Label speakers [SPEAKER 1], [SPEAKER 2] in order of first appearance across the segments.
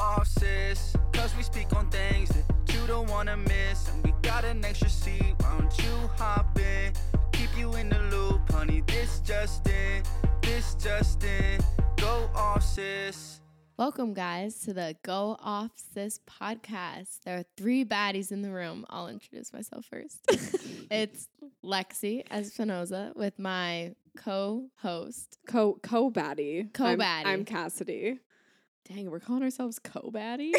[SPEAKER 1] publicist. Cause we speak on things that you don't wanna miss. And we got an extra seat, why don't you hop in? Keep you in the loop, honey. This just in, this just in. Go off, sis.
[SPEAKER 2] Welcome, guys, to the Go Off Sis podcast. There are three baddies in the room. I'll introduce myself first. it's Lexi Espinoza with my co host.
[SPEAKER 3] Co co baddie. I'm-
[SPEAKER 2] Co-baddie.
[SPEAKER 3] I'm, Cassidy. Dang, we're calling ourselves co baddie.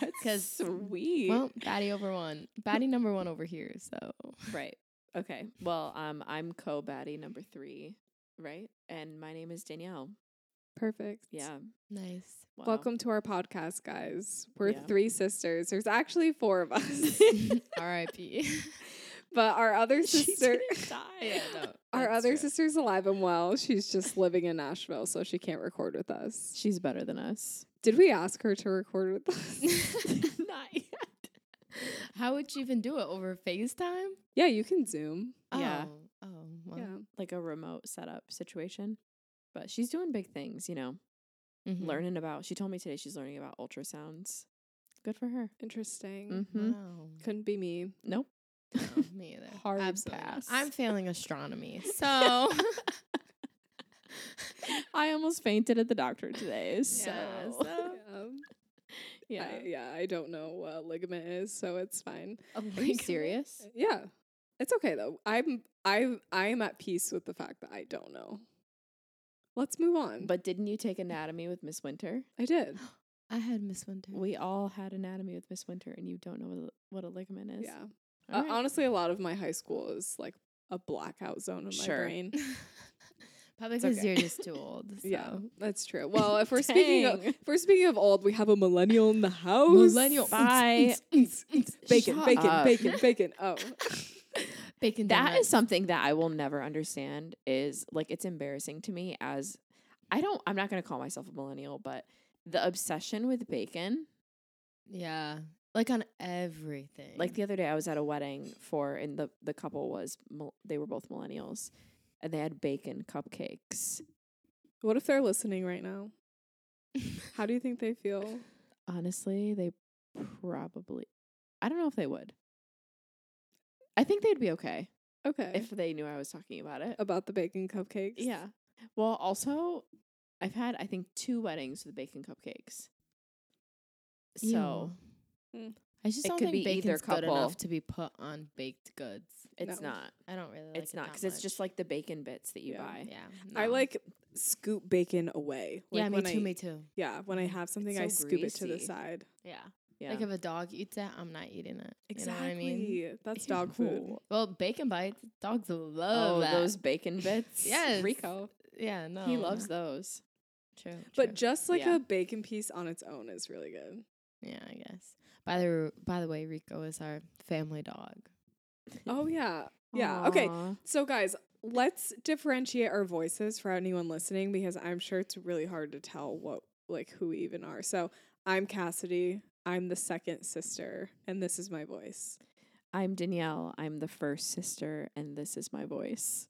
[SPEAKER 3] That's
[SPEAKER 2] 'Cause-
[SPEAKER 3] sweet.
[SPEAKER 2] Well, baddie over one. Baddie number one over here. So,
[SPEAKER 3] right. Okay. Well, um, I'm co baddie number three, right? And my name is Danielle.
[SPEAKER 4] Perfect.
[SPEAKER 3] Yeah.
[SPEAKER 2] nice.
[SPEAKER 3] Wow.
[SPEAKER 4] Welcome to our podcast, guys. We're
[SPEAKER 3] Yeah.
[SPEAKER 4] three sisters. There's actually four of us,
[SPEAKER 2] R.I.P.
[SPEAKER 4] but our other
[SPEAKER 3] She
[SPEAKER 4] sister,
[SPEAKER 3] didn't die.
[SPEAKER 2] Yeah, no,
[SPEAKER 4] our
[SPEAKER 2] that's
[SPEAKER 4] other
[SPEAKER 2] true.
[SPEAKER 4] sister's alive and well. She's just living in Nashville, so she can't record with us.
[SPEAKER 3] She's better than us.
[SPEAKER 4] Did we ask her to record with us?
[SPEAKER 3] Not yet.
[SPEAKER 2] How would you even do it over FaceTime?
[SPEAKER 4] yeah, you can Zoom.
[SPEAKER 3] Yeah.
[SPEAKER 2] Oh, oh well.
[SPEAKER 4] Yeah,
[SPEAKER 3] Like a remote setup situation. But she's doing big things, you know.
[SPEAKER 2] Mhm.
[SPEAKER 3] Learning about she told me today she's learning about ultrasounds. Good for her.
[SPEAKER 4] interesting.
[SPEAKER 3] Mm-hmm.
[SPEAKER 2] Wow.
[SPEAKER 4] Couldn't be me.
[SPEAKER 3] Nope.
[SPEAKER 2] No, Oh, me either.
[SPEAKER 3] Hard
[SPEAKER 2] Absolutely not.
[SPEAKER 3] pass. Oh
[SPEAKER 2] I'm failing astronomy. So,
[SPEAKER 3] I almost fainted at the doctor today. So
[SPEAKER 2] Yeah,
[SPEAKER 4] Yeah,
[SPEAKER 2] so-
[SPEAKER 3] yeah.
[SPEAKER 4] I, yeah. I don't know what ligament is, so it's fine.
[SPEAKER 3] Are you serious?
[SPEAKER 4] Yeah, it's okay though. I'm I I am at peace with the fact that I don't know. Let's move on.
[SPEAKER 3] But didn't you take anatomy with Miss Winter?
[SPEAKER 4] I did.
[SPEAKER 2] I had Miss Winter.
[SPEAKER 3] We all had anatomy with Miss Winter, and you don't know what a, what a ligament is.
[SPEAKER 4] Yeah.
[SPEAKER 3] All
[SPEAKER 4] Uh,
[SPEAKER 3] right.
[SPEAKER 4] Honestly, a lot of my high school is like a blackout zone in my
[SPEAKER 3] Sure.
[SPEAKER 4] brain.
[SPEAKER 2] Probably
[SPEAKER 4] It's
[SPEAKER 2] because
[SPEAKER 4] okay.
[SPEAKER 2] you're just too old. So.
[SPEAKER 4] Yeah, that's true. Well, if we're speaking of,
[SPEAKER 3] Dang.
[SPEAKER 4] if we're speaking of old, we have a millennial in the house.
[SPEAKER 2] Oh, Millennial.
[SPEAKER 3] Bye.
[SPEAKER 4] Bacon,
[SPEAKER 3] Shut
[SPEAKER 4] bacon,
[SPEAKER 3] up.
[SPEAKER 4] bacon, bacon. Oh,
[SPEAKER 2] Bacon
[SPEAKER 3] that is
[SPEAKER 2] donuts.
[SPEAKER 3] something that I will never understand. Is like it's embarrassing to me as I don't. I'm not going to call myself a millennial, but the obsession with bacon.
[SPEAKER 2] Yeah. Like on everything.
[SPEAKER 3] Like the other day, I was at a wedding for, and the the couple was mil- they were both millennials, and they had bacon cupcakes.
[SPEAKER 4] what if they're listening right now? How do you think they feel?
[SPEAKER 3] Honestly, they probably. I don't know if they would. I think they'd be okay
[SPEAKER 4] Okay,
[SPEAKER 3] if they knew I was talking about it.
[SPEAKER 4] about the bacon cupcakes.
[SPEAKER 3] Yeah. Well, also, I've had I think two weddings with bacon cupcakes.
[SPEAKER 2] Ew.
[SPEAKER 3] So Hmm.
[SPEAKER 4] Mm.
[SPEAKER 2] I just
[SPEAKER 3] it
[SPEAKER 2] don't
[SPEAKER 3] could
[SPEAKER 2] think
[SPEAKER 3] be either
[SPEAKER 2] bacon's good
[SPEAKER 3] couple.
[SPEAKER 2] enough to be put on baked goods.
[SPEAKER 3] it's
[SPEAKER 4] No.
[SPEAKER 3] not.
[SPEAKER 2] I don't really. Like
[SPEAKER 3] It's
[SPEAKER 2] it
[SPEAKER 3] not
[SPEAKER 2] that
[SPEAKER 3] because it's just
[SPEAKER 2] much.
[SPEAKER 3] like the bacon bits that you
[SPEAKER 4] Yeah.
[SPEAKER 3] buy.
[SPEAKER 2] yeah.
[SPEAKER 4] I
[SPEAKER 2] no.
[SPEAKER 4] like scoop bacon away. Like
[SPEAKER 2] yeah, me
[SPEAKER 4] when
[SPEAKER 2] too.
[SPEAKER 4] I,
[SPEAKER 2] me too.
[SPEAKER 4] Yeah, when I have something,
[SPEAKER 3] so
[SPEAKER 4] I scoop it to the
[SPEAKER 3] greasy.
[SPEAKER 4] side.
[SPEAKER 2] Yeah.
[SPEAKER 3] Yeah.
[SPEAKER 2] Like if a dog eats it, I'm not eating it.
[SPEAKER 4] Exactly.
[SPEAKER 2] You know what I mean?
[SPEAKER 4] That's dog food.
[SPEAKER 3] Ew.
[SPEAKER 2] Well, bacon bites. Dogs love
[SPEAKER 3] Oh,
[SPEAKER 2] that.
[SPEAKER 3] those bacon bits.
[SPEAKER 2] Yes.
[SPEAKER 3] Rico.
[SPEAKER 2] Yeah, no.
[SPEAKER 3] He loves those.
[SPEAKER 2] True.
[SPEAKER 4] But
[SPEAKER 2] true.
[SPEAKER 4] just like
[SPEAKER 3] Yeah.
[SPEAKER 4] a bacon piece on its own is really good.
[SPEAKER 2] yeah, I guess. By the by the way, Rico is our family dog.
[SPEAKER 4] Oh yeah. Yeah. Okay.
[SPEAKER 3] Aw.
[SPEAKER 4] So guys, let's differentiate our voices for anyone listening because I'm sure it's really hard to tell what like who we even are. So I'm Cassidy. I'm the second sister, and this is my voice.
[SPEAKER 3] I'm Danielle. I'm the first sister, and this is my voice.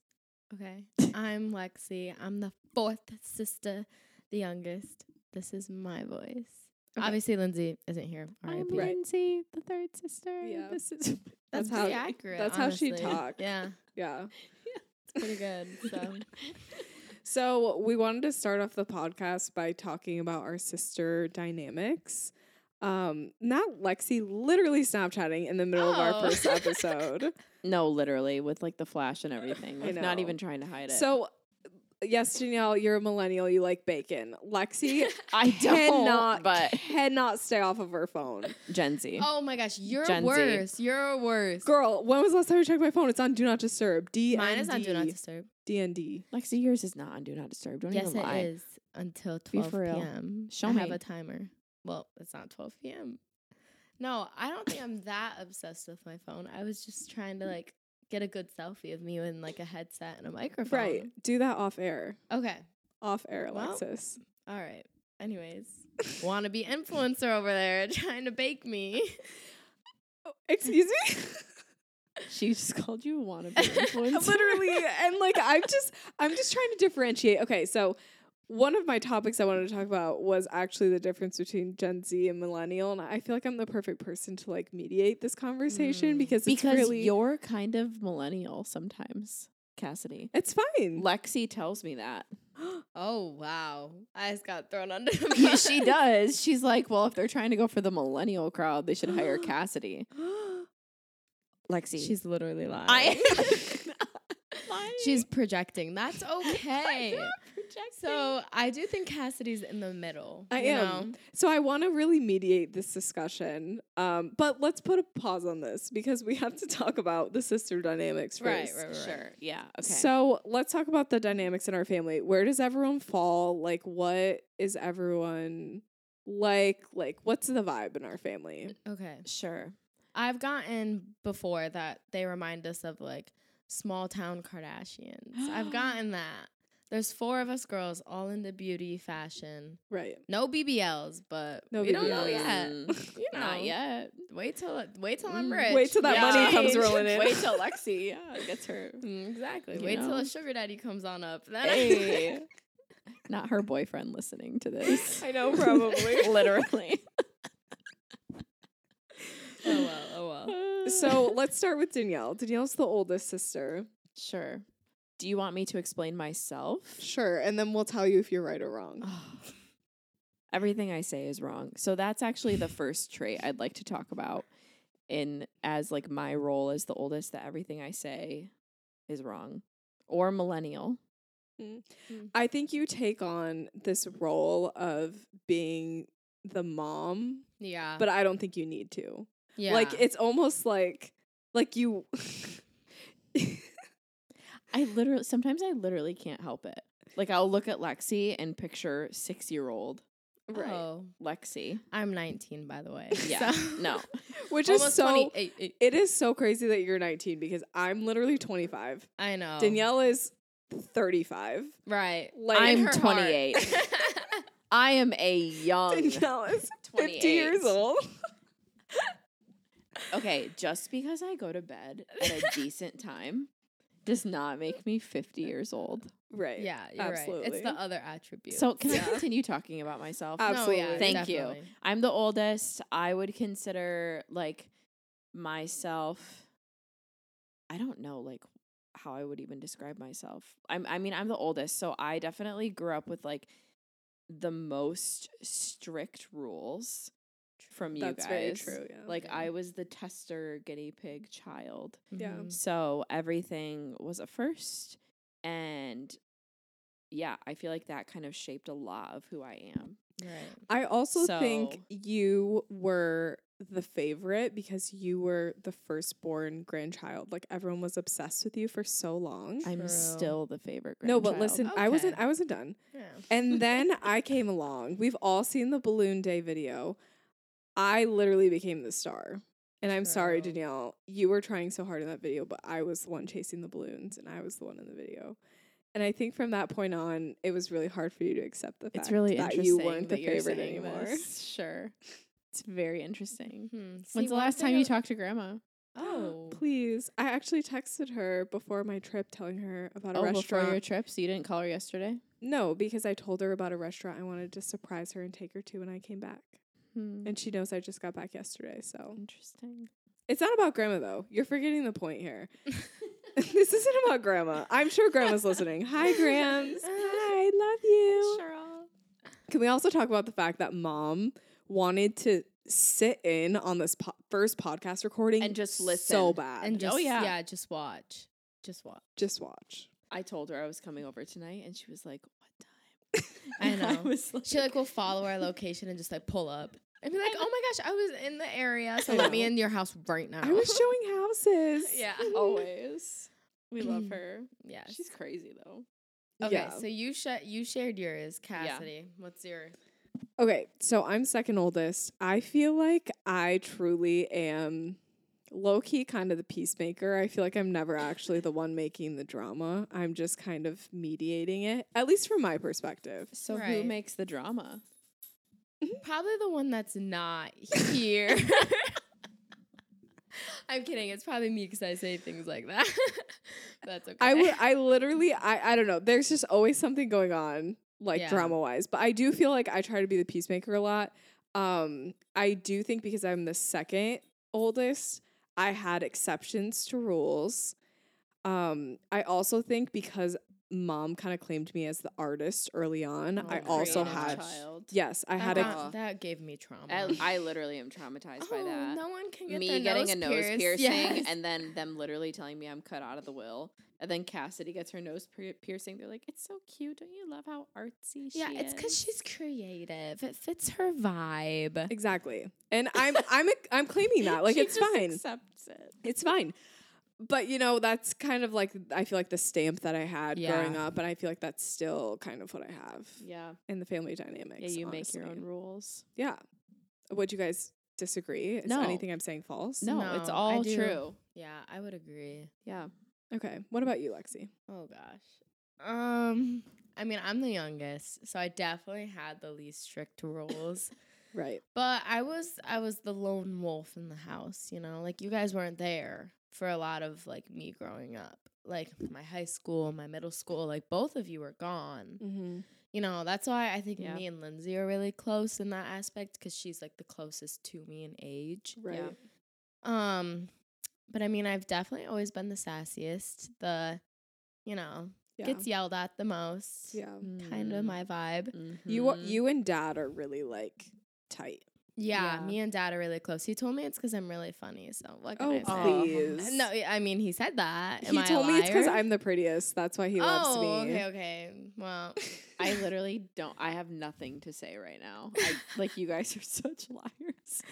[SPEAKER 2] Okay. I'm Lexi. I'm the fourth sister, the youngest. This is my voice. Obviously, Lindsay isn't here.
[SPEAKER 3] I'm
[SPEAKER 2] R.I.P.
[SPEAKER 4] Right.
[SPEAKER 3] Lindsay, the third sister.
[SPEAKER 4] Yeah.
[SPEAKER 3] This is
[SPEAKER 2] That's,
[SPEAKER 4] That's
[SPEAKER 2] pretty
[SPEAKER 4] how-
[SPEAKER 2] accurate.
[SPEAKER 4] that's how she
[SPEAKER 2] honestly.
[SPEAKER 4] talked.
[SPEAKER 2] Yeah,
[SPEAKER 4] Yeah.
[SPEAKER 2] it's pretty good. So
[SPEAKER 4] So we wanted to start off the podcast by talking about our sister dynamics. Um, not Lexi literally Snapchatting in the middle of
[SPEAKER 2] Oh.
[SPEAKER 4] our first episode.
[SPEAKER 3] no, literally with like the flash and everything.
[SPEAKER 4] I
[SPEAKER 3] Like not
[SPEAKER 4] know.
[SPEAKER 3] even trying to hide it.
[SPEAKER 4] so yes, Danielle, you're a millennial. You like bacon. Lexi
[SPEAKER 3] I
[SPEAKER 4] cannot,
[SPEAKER 3] don't. But
[SPEAKER 4] cannot stay off of her phone.
[SPEAKER 3] Gen Z.
[SPEAKER 2] oh my gosh, you're
[SPEAKER 3] Gen Z.
[SPEAKER 2] worse. You're worse.
[SPEAKER 4] Girl, when was the last time you checked my phone? It's on Do Not Disturb. DND.
[SPEAKER 2] Mine is on Do Not Disturb.
[SPEAKER 4] DND.
[SPEAKER 3] Lexi, yours is not on Do Not Disturb. Don't
[SPEAKER 2] Yes,
[SPEAKER 3] even lie.
[SPEAKER 2] it is until
[SPEAKER 3] Be
[SPEAKER 2] 12
[SPEAKER 3] for real.
[SPEAKER 2] p.m.
[SPEAKER 3] Show
[SPEAKER 2] I have
[SPEAKER 3] me.
[SPEAKER 2] a timer. Well, it's not 12 p.m. No, I don't think I'm that obsessed with my phone. I was just trying to like get a good selfie of me in like a headset and a microphone.
[SPEAKER 4] Right. Do that off air.
[SPEAKER 2] Okay.
[SPEAKER 4] Off air,
[SPEAKER 2] Well,
[SPEAKER 4] Alexis.
[SPEAKER 2] All right. Anyways, wanna be influencer over there trying to bake me.
[SPEAKER 4] Excuse me?
[SPEAKER 3] She just called you wannabe influencer.
[SPEAKER 4] Literally. And like I'm just I'm just trying to differentiate. Okay, so one of my topics I wanted to talk about was actually the difference between Gen Z and millennial, and I feel like I'm the perfect person to like mediate this conversation
[SPEAKER 3] Mm.
[SPEAKER 4] because it's
[SPEAKER 3] because
[SPEAKER 4] really
[SPEAKER 3] you're kind of millennial sometimes, Cassidy.
[SPEAKER 4] it's fine.
[SPEAKER 3] Lexi tells me that.
[SPEAKER 2] Oh wow! I just got thrown under. The
[SPEAKER 3] Yeah, she
[SPEAKER 2] bus.
[SPEAKER 3] does. She's like, well, if they're trying to go for the millennial crowd, they should hire Cassidy. Lexi.
[SPEAKER 2] She's literally lying.
[SPEAKER 3] I lying.
[SPEAKER 2] She's projecting. That's okay.
[SPEAKER 3] so
[SPEAKER 2] so I do think Cassidy's in the middle.
[SPEAKER 4] I
[SPEAKER 2] you
[SPEAKER 4] am.
[SPEAKER 2] know?
[SPEAKER 4] So I want to really mediate this discussion, um, but let's put a pause on this because we have to talk about the sister dynamics
[SPEAKER 2] Right,
[SPEAKER 4] first.
[SPEAKER 2] right, right.
[SPEAKER 3] sure. Yeah. Okay.
[SPEAKER 4] So let's talk about the dynamics in our family. Where does everyone fall? Like, what is everyone like? Like, what's the vibe in our family?
[SPEAKER 2] Okay.
[SPEAKER 3] sure.
[SPEAKER 2] I've gotten before that they remind us of like small town Kardashians. I've gotten that. There's four of us girls all into beauty, fashion.
[SPEAKER 4] Right.
[SPEAKER 2] No BBLs, but
[SPEAKER 4] No
[SPEAKER 2] we don't know
[SPEAKER 4] BBLs.
[SPEAKER 2] yet.
[SPEAKER 3] Mm,
[SPEAKER 2] You know,
[SPEAKER 3] Not yet.
[SPEAKER 2] Wait till wait till I'm
[SPEAKER 3] Mm.
[SPEAKER 2] rich.
[SPEAKER 4] Wait till that
[SPEAKER 2] Yeah.
[SPEAKER 4] money comes rolling in.
[SPEAKER 3] Wait till Lexi yeah, gets her.
[SPEAKER 2] Mm, exactly.
[SPEAKER 3] You
[SPEAKER 2] Wait till
[SPEAKER 3] know?
[SPEAKER 2] a sugar daddy comes on up. Then
[SPEAKER 3] Hey. Not her boyfriend listening to this.
[SPEAKER 4] I know, probably.
[SPEAKER 3] Literally.
[SPEAKER 2] oh well, oh well.
[SPEAKER 4] so let's start with Danielle. Danielle's the oldest sister.
[SPEAKER 3] sure. Do you want me to explain myself?
[SPEAKER 4] Sure. And then we'll tell you if you're right or wrong.
[SPEAKER 3] Everything I say is wrong. So that's actually the first trait I'd like to talk about in as like my role as the oldest that everything I say is wrong or millennial.
[SPEAKER 4] I think you take on this role of being the mom,
[SPEAKER 3] Uh
[SPEAKER 2] Yeah.
[SPEAKER 4] but I don't think you need to.
[SPEAKER 2] yeah.
[SPEAKER 4] Like it's almost like like you
[SPEAKER 3] I literally sometimes I literally can't help it. Like I'll look at Lexi and picture 6-year-old
[SPEAKER 2] Oh,
[SPEAKER 3] Lexi.
[SPEAKER 2] I'm 19 by the way.
[SPEAKER 3] Yeah.
[SPEAKER 2] so-
[SPEAKER 3] No.
[SPEAKER 4] Which is
[SPEAKER 2] Almost
[SPEAKER 4] so
[SPEAKER 2] 28. eh, eh,
[SPEAKER 4] it is so crazy that you're 19 because I'm literally 25.
[SPEAKER 2] I
[SPEAKER 3] Oh.
[SPEAKER 2] know.
[SPEAKER 4] Danielle is 35.
[SPEAKER 2] Right.
[SPEAKER 4] Like-
[SPEAKER 2] In
[SPEAKER 3] I'm
[SPEAKER 2] her heart.
[SPEAKER 3] 28. I am a young
[SPEAKER 4] Danielle is
[SPEAKER 3] 28.
[SPEAKER 4] 50 years old.
[SPEAKER 3] Okay, just because I go to bed at a decent time does not make me 50 years old.
[SPEAKER 4] Right.
[SPEAKER 2] yeah, you're right. It's
[SPEAKER 4] Absolutely.
[SPEAKER 2] the other attribute.
[SPEAKER 3] So, can I
[SPEAKER 2] Yeah.
[SPEAKER 3] continue talking about myself?
[SPEAKER 4] Uh,
[SPEAKER 2] No, yeah,
[SPEAKER 4] Absolutely.
[SPEAKER 3] Thank you.
[SPEAKER 2] definitely.
[SPEAKER 3] I'm the oldest. I would consider like myself I don't know like how I would even describe myself. I'm I mean, I'm the oldest, so I definitely grew up with like the most strict rules from you
[SPEAKER 4] That's
[SPEAKER 3] guys.
[SPEAKER 4] very true. Yeah.
[SPEAKER 3] Like
[SPEAKER 2] Okay.
[SPEAKER 3] I was the tester guinea pig child.
[SPEAKER 4] Yeah.
[SPEAKER 2] Mhm.
[SPEAKER 3] So everything was a first. And yeah, I feel like that kind of shaped a lot of who I am.
[SPEAKER 2] Right.
[SPEAKER 4] I also think
[SPEAKER 3] So-
[SPEAKER 4] you were the favorite because you were the firstborn grandchild. Like everyone was obsessed with you for so long.
[SPEAKER 2] True.
[SPEAKER 3] I'm still the favorite
[SPEAKER 4] no,
[SPEAKER 3] grandchild.
[SPEAKER 4] but listen, I wasn't
[SPEAKER 2] Okay.
[SPEAKER 4] I wasn't done.
[SPEAKER 2] Yeah.
[SPEAKER 4] And then I came along. We've all seen the balloon day video. I literally became the star. And I'm sorry,
[SPEAKER 2] True.
[SPEAKER 4] Danielle, you were trying so hard in that video, but I was the one chasing the balloons and I was the one in the video. And I think from that point on, it was really hard for you to accept the fact
[SPEAKER 3] It's really
[SPEAKER 4] that
[SPEAKER 3] interesting
[SPEAKER 4] you weren't
[SPEAKER 3] that
[SPEAKER 4] the
[SPEAKER 3] you're
[SPEAKER 4] favorite
[SPEAKER 3] saying
[SPEAKER 4] anymore.
[SPEAKER 3] this. Sure. It's very interesting.
[SPEAKER 2] Hmm. See,
[SPEAKER 3] When's the
[SPEAKER 2] one
[SPEAKER 3] last
[SPEAKER 2] thing
[SPEAKER 3] time
[SPEAKER 2] I-
[SPEAKER 3] you talked to grandma?
[SPEAKER 2] Oh.
[SPEAKER 4] please. I actually texted her before my trip telling her about a
[SPEAKER 3] Oh, before
[SPEAKER 4] restaurant.
[SPEAKER 3] your trip, so you didn't call her yesterday?
[SPEAKER 4] no, because I told her about a restaurant I wanted to surprise her and take her to when I came back.
[SPEAKER 3] Hmm.
[SPEAKER 4] And she knows I just got back yesterday, so.
[SPEAKER 3] Interesting.
[SPEAKER 4] It's not about grandma though. You're forgetting the point here. this isn't about grandma. I'm sure grandma's listening. Hi, grams. Hi, love you.
[SPEAKER 2] Cheryl.
[SPEAKER 4] Can we also talk about the fact that mom wanted to sit in on this po- first podcast recording
[SPEAKER 3] And just
[SPEAKER 4] so
[SPEAKER 3] listen.
[SPEAKER 4] bad
[SPEAKER 2] And just
[SPEAKER 3] yeah.
[SPEAKER 2] yeah. just watch. Just watch.
[SPEAKER 4] just watch.
[SPEAKER 3] I told her I was coming over tonight, and she was like, "What time?"
[SPEAKER 2] I
[SPEAKER 3] And I
[SPEAKER 2] know.
[SPEAKER 3] was like,
[SPEAKER 2] She like will follow our location and just like pull up and be like, "Oh my gosh, I was in the area, so
[SPEAKER 4] I
[SPEAKER 2] let me
[SPEAKER 4] know.
[SPEAKER 2] in your house right now."
[SPEAKER 4] I was showing houses.
[SPEAKER 2] yeah.
[SPEAKER 3] always. We love her.
[SPEAKER 2] Yes.
[SPEAKER 3] She's crazy though.
[SPEAKER 2] okay,
[SPEAKER 4] Yeah.
[SPEAKER 2] so you sh- you shared yours, Cassidy. What's your
[SPEAKER 4] Okay, so I'm second oldest. I feel like I truly am low key kind of the peacemaker. I feel like I'm never actually the one making the drama. I'm just kind of mediating it, at least from my perspective.
[SPEAKER 3] So who
[SPEAKER 2] Right.
[SPEAKER 3] makes the drama?
[SPEAKER 2] probably the one that's not here? I'm kidding. It's probably me because I say things like that. that's okay.
[SPEAKER 4] I would I literally I I don't know. There's just always something going on like
[SPEAKER 2] Yeah.
[SPEAKER 4] drama wise. But I do feel like I try to be the peacemaker a lot. Um, I do think because I'm the second oldest, I had exceptions to rules. Um, I also think because mom kind of claimed me as the artist early on, I
[SPEAKER 2] Oh,
[SPEAKER 4] also
[SPEAKER 2] creative
[SPEAKER 4] had
[SPEAKER 3] child.
[SPEAKER 4] yes, I had a
[SPEAKER 3] Uh-huh.
[SPEAKER 2] that, that gave me trauma.
[SPEAKER 3] I, I literally am traumatized by
[SPEAKER 2] oh,
[SPEAKER 3] that.
[SPEAKER 2] no one can get
[SPEAKER 3] me
[SPEAKER 2] their
[SPEAKER 3] getting
[SPEAKER 2] nose
[SPEAKER 3] a nose
[SPEAKER 2] pierced.
[SPEAKER 3] piercing
[SPEAKER 2] Yes.
[SPEAKER 3] and then them literally telling me I'm cut out of the will. And then Cassidy gets her nose pier- piercing. They're like, "It's so cute. Don't you love how artsy she
[SPEAKER 2] yeah, it's because she's creative. It fits her vibe.
[SPEAKER 4] exactly, and I'm I'm I'm claiming that like
[SPEAKER 3] She
[SPEAKER 4] it's
[SPEAKER 3] just
[SPEAKER 4] fine.
[SPEAKER 3] Accepts it.
[SPEAKER 4] it's fine. But you know, that's kind of like I feel like the stamp that I had
[SPEAKER 2] Yeah.
[SPEAKER 4] growing up, and I feel like that's still kind of what I have
[SPEAKER 3] Yeah,
[SPEAKER 4] in the family dynamics.
[SPEAKER 3] yeah. You make your own
[SPEAKER 4] honestly.
[SPEAKER 3] rules.
[SPEAKER 4] Yeah. Would you guys disagree? Is
[SPEAKER 3] No.
[SPEAKER 4] anything I'm saying false?
[SPEAKER 3] No, it's
[SPEAKER 2] No, I
[SPEAKER 3] all
[SPEAKER 2] do.
[SPEAKER 3] true.
[SPEAKER 2] Yeah, I would agree.
[SPEAKER 3] Yeah,
[SPEAKER 4] Okay. What about you, Lexi?
[SPEAKER 2] Oh gosh. Um, I mean, I'm the youngest, so I definitely had the least strict rules.
[SPEAKER 4] Right.
[SPEAKER 2] But I was I was the lone wolf in the house, you know? Like you guys weren't there for a lot of like me growing up. Like my high school, my middle school, like both of you were gone.
[SPEAKER 4] Mm-hmm.
[SPEAKER 2] You know, that's why I think
[SPEAKER 3] Yeah.
[SPEAKER 2] me and Lindsay are really close in that aspect cuz she's like the closest to me in age.
[SPEAKER 4] Right.
[SPEAKER 3] Yeah.
[SPEAKER 2] Um but I mean, I've definitely always been the sassiest, the you know,
[SPEAKER 4] Yeah.
[SPEAKER 2] gets yelled at the most.
[SPEAKER 4] yeah.
[SPEAKER 3] Mm.
[SPEAKER 2] Kind of my vibe.
[SPEAKER 4] You
[SPEAKER 2] Mm-hmm.
[SPEAKER 3] Mm-hmm.
[SPEAKER 4] are- you and dad are really like tight.
[SPEAKER 2] Yeah,
[SPEAKER 3] Yeah.
[SPEAKER 2] me and dad are really close. He told me it's because I'm really funny. So what can
[SPEAKER 4] Oh,
[SPEAKER 2] I say?
[SPEAKER 4] please.
[SPEAKER 2] No, I mean he said that. Am
[SPEAKER 4] he
[SPEAKER 2] I a
[SPEAKER 4] told me it's because
[SPEAKER 2] liar?
[SPEAKER 4] I'm the prettiest. That's why he loves
[SPEAKER 2] oh,
[SPEAKER 4] me.
[SPEAKER 2] okay, okay. Well,
[SPEAKER 3] I literally don't. I have nothing to say right now. I, like you guys are such liars.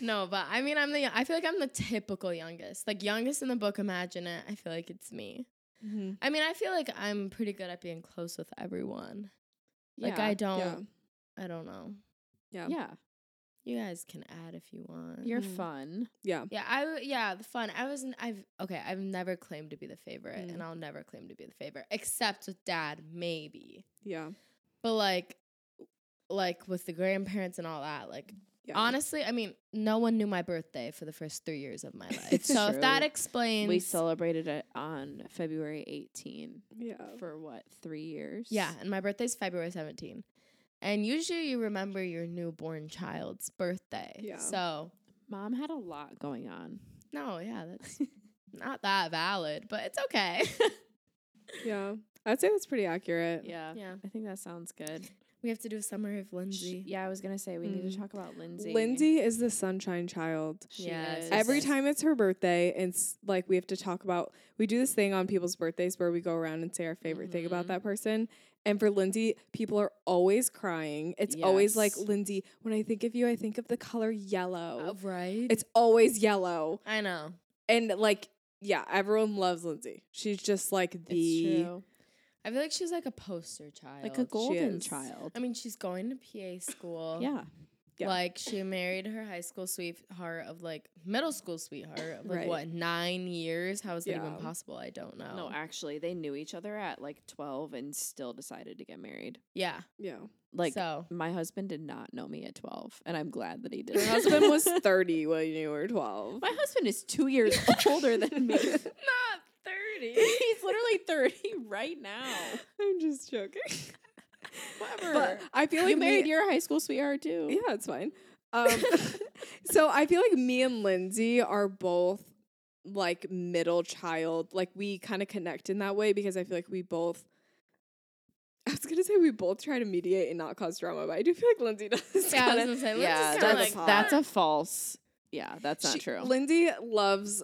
[SPEAKER 2] no, but I mean I'm the. I feel like I'm the typical youngest, like youngest in the book. Imagine it. I feel like it's me.
[SPEAKER 4] Mhm.
[SPEAKER 2] I mean, I feel like I'm pretty good at being close with everyone. Like I don't.
[SPEAKER 4] Yeah.
[SPEAKER 2] I don't know.
[SPEAKER 4] Yeah.
[SPEAKER 3] Yeah,
[SPEAKER 2] You guys can add if you want.
[SPEAKER 3] you're
[SPEAKER 4] Mhm.
[SPEAKER 3] fun.
[SPEAKER 4] Yeah.
[SPEAKER 2] Yeah, I w- yeah, the fun. I wasn't I've okay, I've never claimed to be the favorite
[SPEAKER 4] Mm.
[SPEAKER 2] and I'll never claim to be the favorite except with dad maybe.
[SPEAKER 4] Yeah.
[SPEAKER 2] But like like with the grandparents and all that, like
[SPEAKER 4] Yeah.
[SPEAKER 2] honestly, I mean, no one knew my birthday for the first 3 years of my life.
[SPEAKER 3] It's
[SPEAKER 2] so if that
[SPEAKER 3] true.
[SPEAKER 2] explains
[SPEAKER 3] We celebrated it on February 18
[SPEAKER 4] Yeah.
[SPEAKER 3] for what three years?
[SPEAKER 2] Yeah, and my birthday's February 17. And usually you remember your newborn child's birthday.
[SPEAKER 4] Yeah.
[SPEAKER 2] So,
[SPEAKER 3] Mom had a lot going on.
[SPEAKER 2] no, yeah, that's not that valid, but it's okay.
[SPEAKER 4] Yeah. I'd say that's pretty accurate.
[SPEAKER 3] Yeah.
[SPEAKER 2] yeah.
[SPEAKER 3] I think that sounds good. Mm-hmm.
[SPEAKER 2] We have to do a summary of
[SPEAKER 3] Sh-
[SPEAKER 2] Lindsay.
[SPEAKER 3] Yeah, I was gonna say we need
[SPEAKER 4] Mm.
[SPEAKER 3] to talk about Lindsay.
[SPEAKER 4] Lindsay is the sunshine child.
[SPEAKER 3] She
[SPEAKER 2] Yes.
[SPEAKER 3] is.
[SPEAKER 4] Every
[SPEAKER 2] Yes.
[SPEAKER 4] time it's her birthday, and s- like we have to talk about, we do this thing on people's birthdays where we go around and say our favorite thing about
[SPEAKER 3] Mhm.
[SPEAKER 4] that person. And for Lindsay, people are always crying. It's always like,
[SPEAKER 3] Yes.
[SPEAKER 4] Lindsay, when I think of you, I think of the color yellow.
[SPEAKER 2] right?
[SPEAKER 4] It's always yellow.
[SPEAKER 2] I know.
[SPEAKER 4] And like, yeah, everyone loves Lindsay. She's just like the.
[SPEAKER 3] it's true.
[SPEAKER 2] I feel like she's like a poster child.
[SPEAKER 3] like a golden
[SPEAKER 4] is.
[SPEAKER 3] child.
[SPEAKER 2] I mean, she's going to PA school.
[SPEAKER 3] yeah,
[SPEAKER 4] yeah.
[SPEAKER 2] Like she married her high school sweetheart of like middle school sweetheart of like
[SPEAKER 4] Right.
[SPEAKER 2] what nine years? How is that
[SPEAKER 4] Yeah.
[SPEAKER 2] even possible? I don't know.
[SPEAKER 3] no, actually, they knew each other at like twelve and still decided to get married.
[SPEAKER 2] yeah.
[SPEAKER 4] Yeah.
[SPEAKER 3] Like
[SPEAKER 2] so
[SPEAKER 3] my husband did not know me at twelve, and I'm glad that he did.
[SPEAKER 4] Her husband was 30 when you were 12.
[SPEAKER 3] my husband is two years older than me.
[SPEAKER 2] not thirty.
[SPEAKER 3] He's literally thirty right now.
[SPEAKER 4] I'm just joking.
[SPEAKER 3] Whatever.
[SPEAKER 4] But I feel like
[SPEAKER 3] you married
[SPEAKER 4] me-
[SPEAKER 3] your high school sweetheart too.
[SPEAKER 4] Yeah, it's fine. Um, so I feel like me and Lindsay are both like middle child. Like we kind of connect in that way because I feel like we both. I was gonna say we both try to mediate and not cause drama, but I do feel like Lindsay does.
[SPEAKER 2] yeah, I was
[SPEAKER 4] kinda-
[SPEAKER 2] gonna say, Lindsay's
[SPEAKER 3] yeah,
[SPEAKER 2] kinda
[SPEAKER 3] that's
[SPEAKER 2] like
[SPEAKER 3] that's
[SPEAKER 2] that.
[SPEAKER 3] a false. Yeah, that's not
[SPEAKER 4] she-
[SPEAKER 3] true.
[SPEAKER 4] Lindsay loves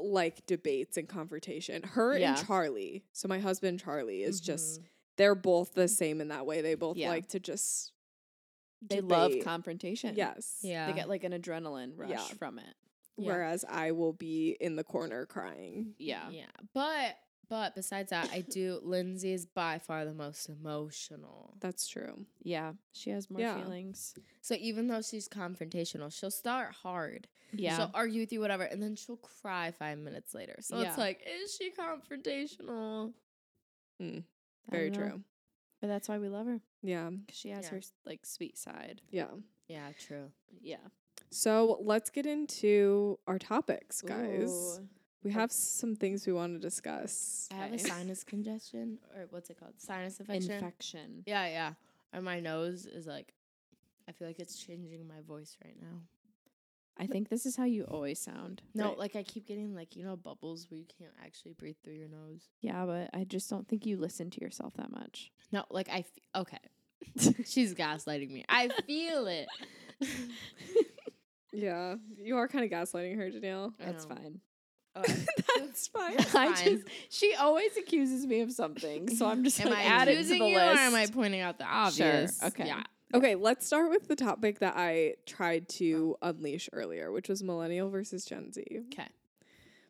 [SPEAKER 4] like debates and confrontation. Her
[SPEAKER 3] Yeah. Mm-hmm.
[SPEAKER 4] and Charlie. So my husband Charlie is just
[SPEAKER 2] Mhm.
[SPEAKER 4] they're both the same in that way. They both
[SPEAKER 3] Yeah.
[SPEAKER 4] like to just
[SPEAKER 3] they love
[SPEAKER 4] debate.
[SPEAKER 3] confrontation.
[SPEAKER 4] Yes.
[SPEAKER 2] yeah.
[SPEAKER 3] they get like an adrenaline rush
[SPEAKER 4] Yeah.
[SPEAKER 3] from it.
[SPEAKER 2] Yeah.
[SPEAKER 4] Whereas I will be in the corner crying.
[SPEAKER 3] Yeah.
[SPEAKER 2] Yeah. But but besides that, I do Lindsay is by far the most emotional.
[SPEAKER 4] That's true.
[SPEAKER 3] Yeah. She has more
[SPEAKER 4] Yeah.
[SPEAKER 3] feelings.
[SPEAKER 2] So even though she's confrontational, she'll start hard.
[SPEAKER 3] Yeah.
[SPEAKER 2] She'll argue with you, whatever, and then she'll cry five minutes later. So
[SPEAKER 3] Yeah.
[SPEAKER 2] it's like, is she confrontational?
[SPEAKER 3] I
[SPEAKER 4] Very
[SPEAKER 3] don't know.
[SPEAKER 4] true.
[SPEAKER 3] But that's why we love her
[SPEAKER 4] Yeah.
[SPEAKER 3] because she has
[SPEAKER 2] Yeah.
[SPEAKER 3] her s- like sweet side.
[SPEAKER 4] Yeah.
[SPEAKER 2] Yeah, true.
[SPEAKER 3] Yeah.
[SPEAKER 4] So let's get into our topics, guys.
[SPEAKER 3] Ooh.
[SPEAKER 4] We have some things we want to discuss.
[SPEAKER 2] I have a
[SPEAKER 3] Okay.
[SPEAKER 2] sinus congestion or what's it called? Sinus infection.
[SPEAKER 3] Infection.
[SPEAKER 2] yeah, yeah. And my nose is like, I feel like it's changing my voice right now.
[SPEAKER 3] I think this is how you always sound.
[SPEAKER 2] No,
[SPEAKER 4] Right.
[SPEAKER 2] like I keep getting like you know bubbles where you can't actually breathe through your nose.
[SPEAKER 3] Yeah, but I just don't think you listen to yourself that much.
[SPEAKER 2] No, like I f- okay. She's gaslighting me. I feel it.
[SPEAKER 4] Yeah, you are kind of gaslighting her, Danielle.
[SPEAKER 2] I
[SPEAKER 3] That's
[SPEAKER 2] know.
[SPEAKER 3] fine.
[SPEAKER 2] Okay.
[SPEAKER 3] That's fine.
[SPEAKER 2] That's
[SPEAKER 3] I
[SPEAKER 2] fine.
[SPEAKER 3] just she always accuses me of something, so I'm just
[SPEAKER 2] Am
[SPEAKER 3] like
[SPEAKER 2] I
[SPEAKER 3] add it to
[SPEAKER 2] accusing
[SPEAKER 3] the
[SPEAKER 2] you or
[SPEAKER 3] list.
[SPEAKER 2] am I pointing out the obvious?
[SPEAKER 3] okay.
[SPEAKER 2] Yeah.
[SPEAKER 4] Okay, let's start with the topic that I tried to unleash earlier, which was millennial versus Gen Z.
[SPEAKER 2] Okay.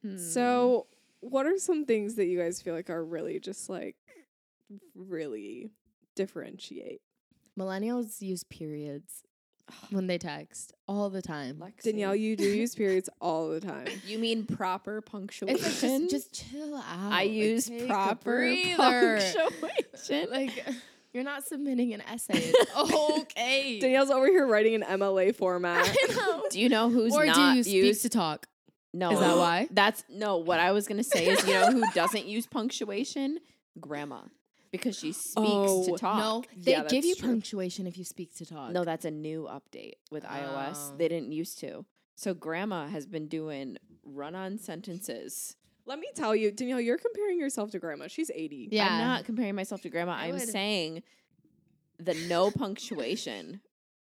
[SPEAKER 3] Hmm.
[SPEAKER 4] So, what are some things that you guys feel like are really just like really differentiate?
[SPEAKER 2] Millennials use periods when they text all the time.
[SPEAKER 3] Lexi.
[SPEAKER 4] Danielle, you do use periods all the time.
[SPEAKER 3] you mean proper punctuation?
[SPEAKER 2] It's like just, just chill out.
[SPEAKER 3] I
[SPEAKER 2] Like,
[SPEAKER 3] use
[SPEAKER 2] take a
[SPEAKER 3] proper
[SPEAKER 2] breather.
[SPEAKER 3] punctuation.
[SPEAKER 2] like you're not submitting an essay. It's okay.
[SPEAKER 4] Danielle's over here writing an MLA format.
[SPEAKER 2] I know.
[SPEAKER 3] do you know who's
[SPEAKER 2] Or
[SPEAKER 3] not
[SPEAKER 2] do you speak
[SPEAKER 3] used?
[SPEAKER 2] to talk?
[SPEAKER 3] no,
[SPEAKER 2] Is that why?
[SPEAKER 3] That's no. What I was gonna say is, you know, who doesn't use punctuation? Grandma, because she speaks
[SPEAKER 4] Oh,
[SPEAKER 3] to talk.
[SPEAKER 2] No, they
[SPEAKER 4] Yeah,
[SPEAKER 2] give
[SPEAKER 4] that's
[SPEAKER 2] you
[SPEAKER 4] true.
[SPEAKER 2] punctuation if you speak to talk.
[SPEAKER 3] No, that's a new update with
[SPEAKER 2] Oh.
[SPEAKER 3] iOS. They didn't used to. So grandma has been doing run-on sentences.
[SPEAKER 4] Let me tell you, Danielle, you're comparing yourself to grandma. She's 80.
[SPEAKER 2] yeah.
[SPEAKER 3] I'm not comparing myself to grandma.
[SPEAKER 2] I
[SPEAKER 3] I'm
[SPEAKER 2] would-
[SPEAKER 3] saying the no punctuation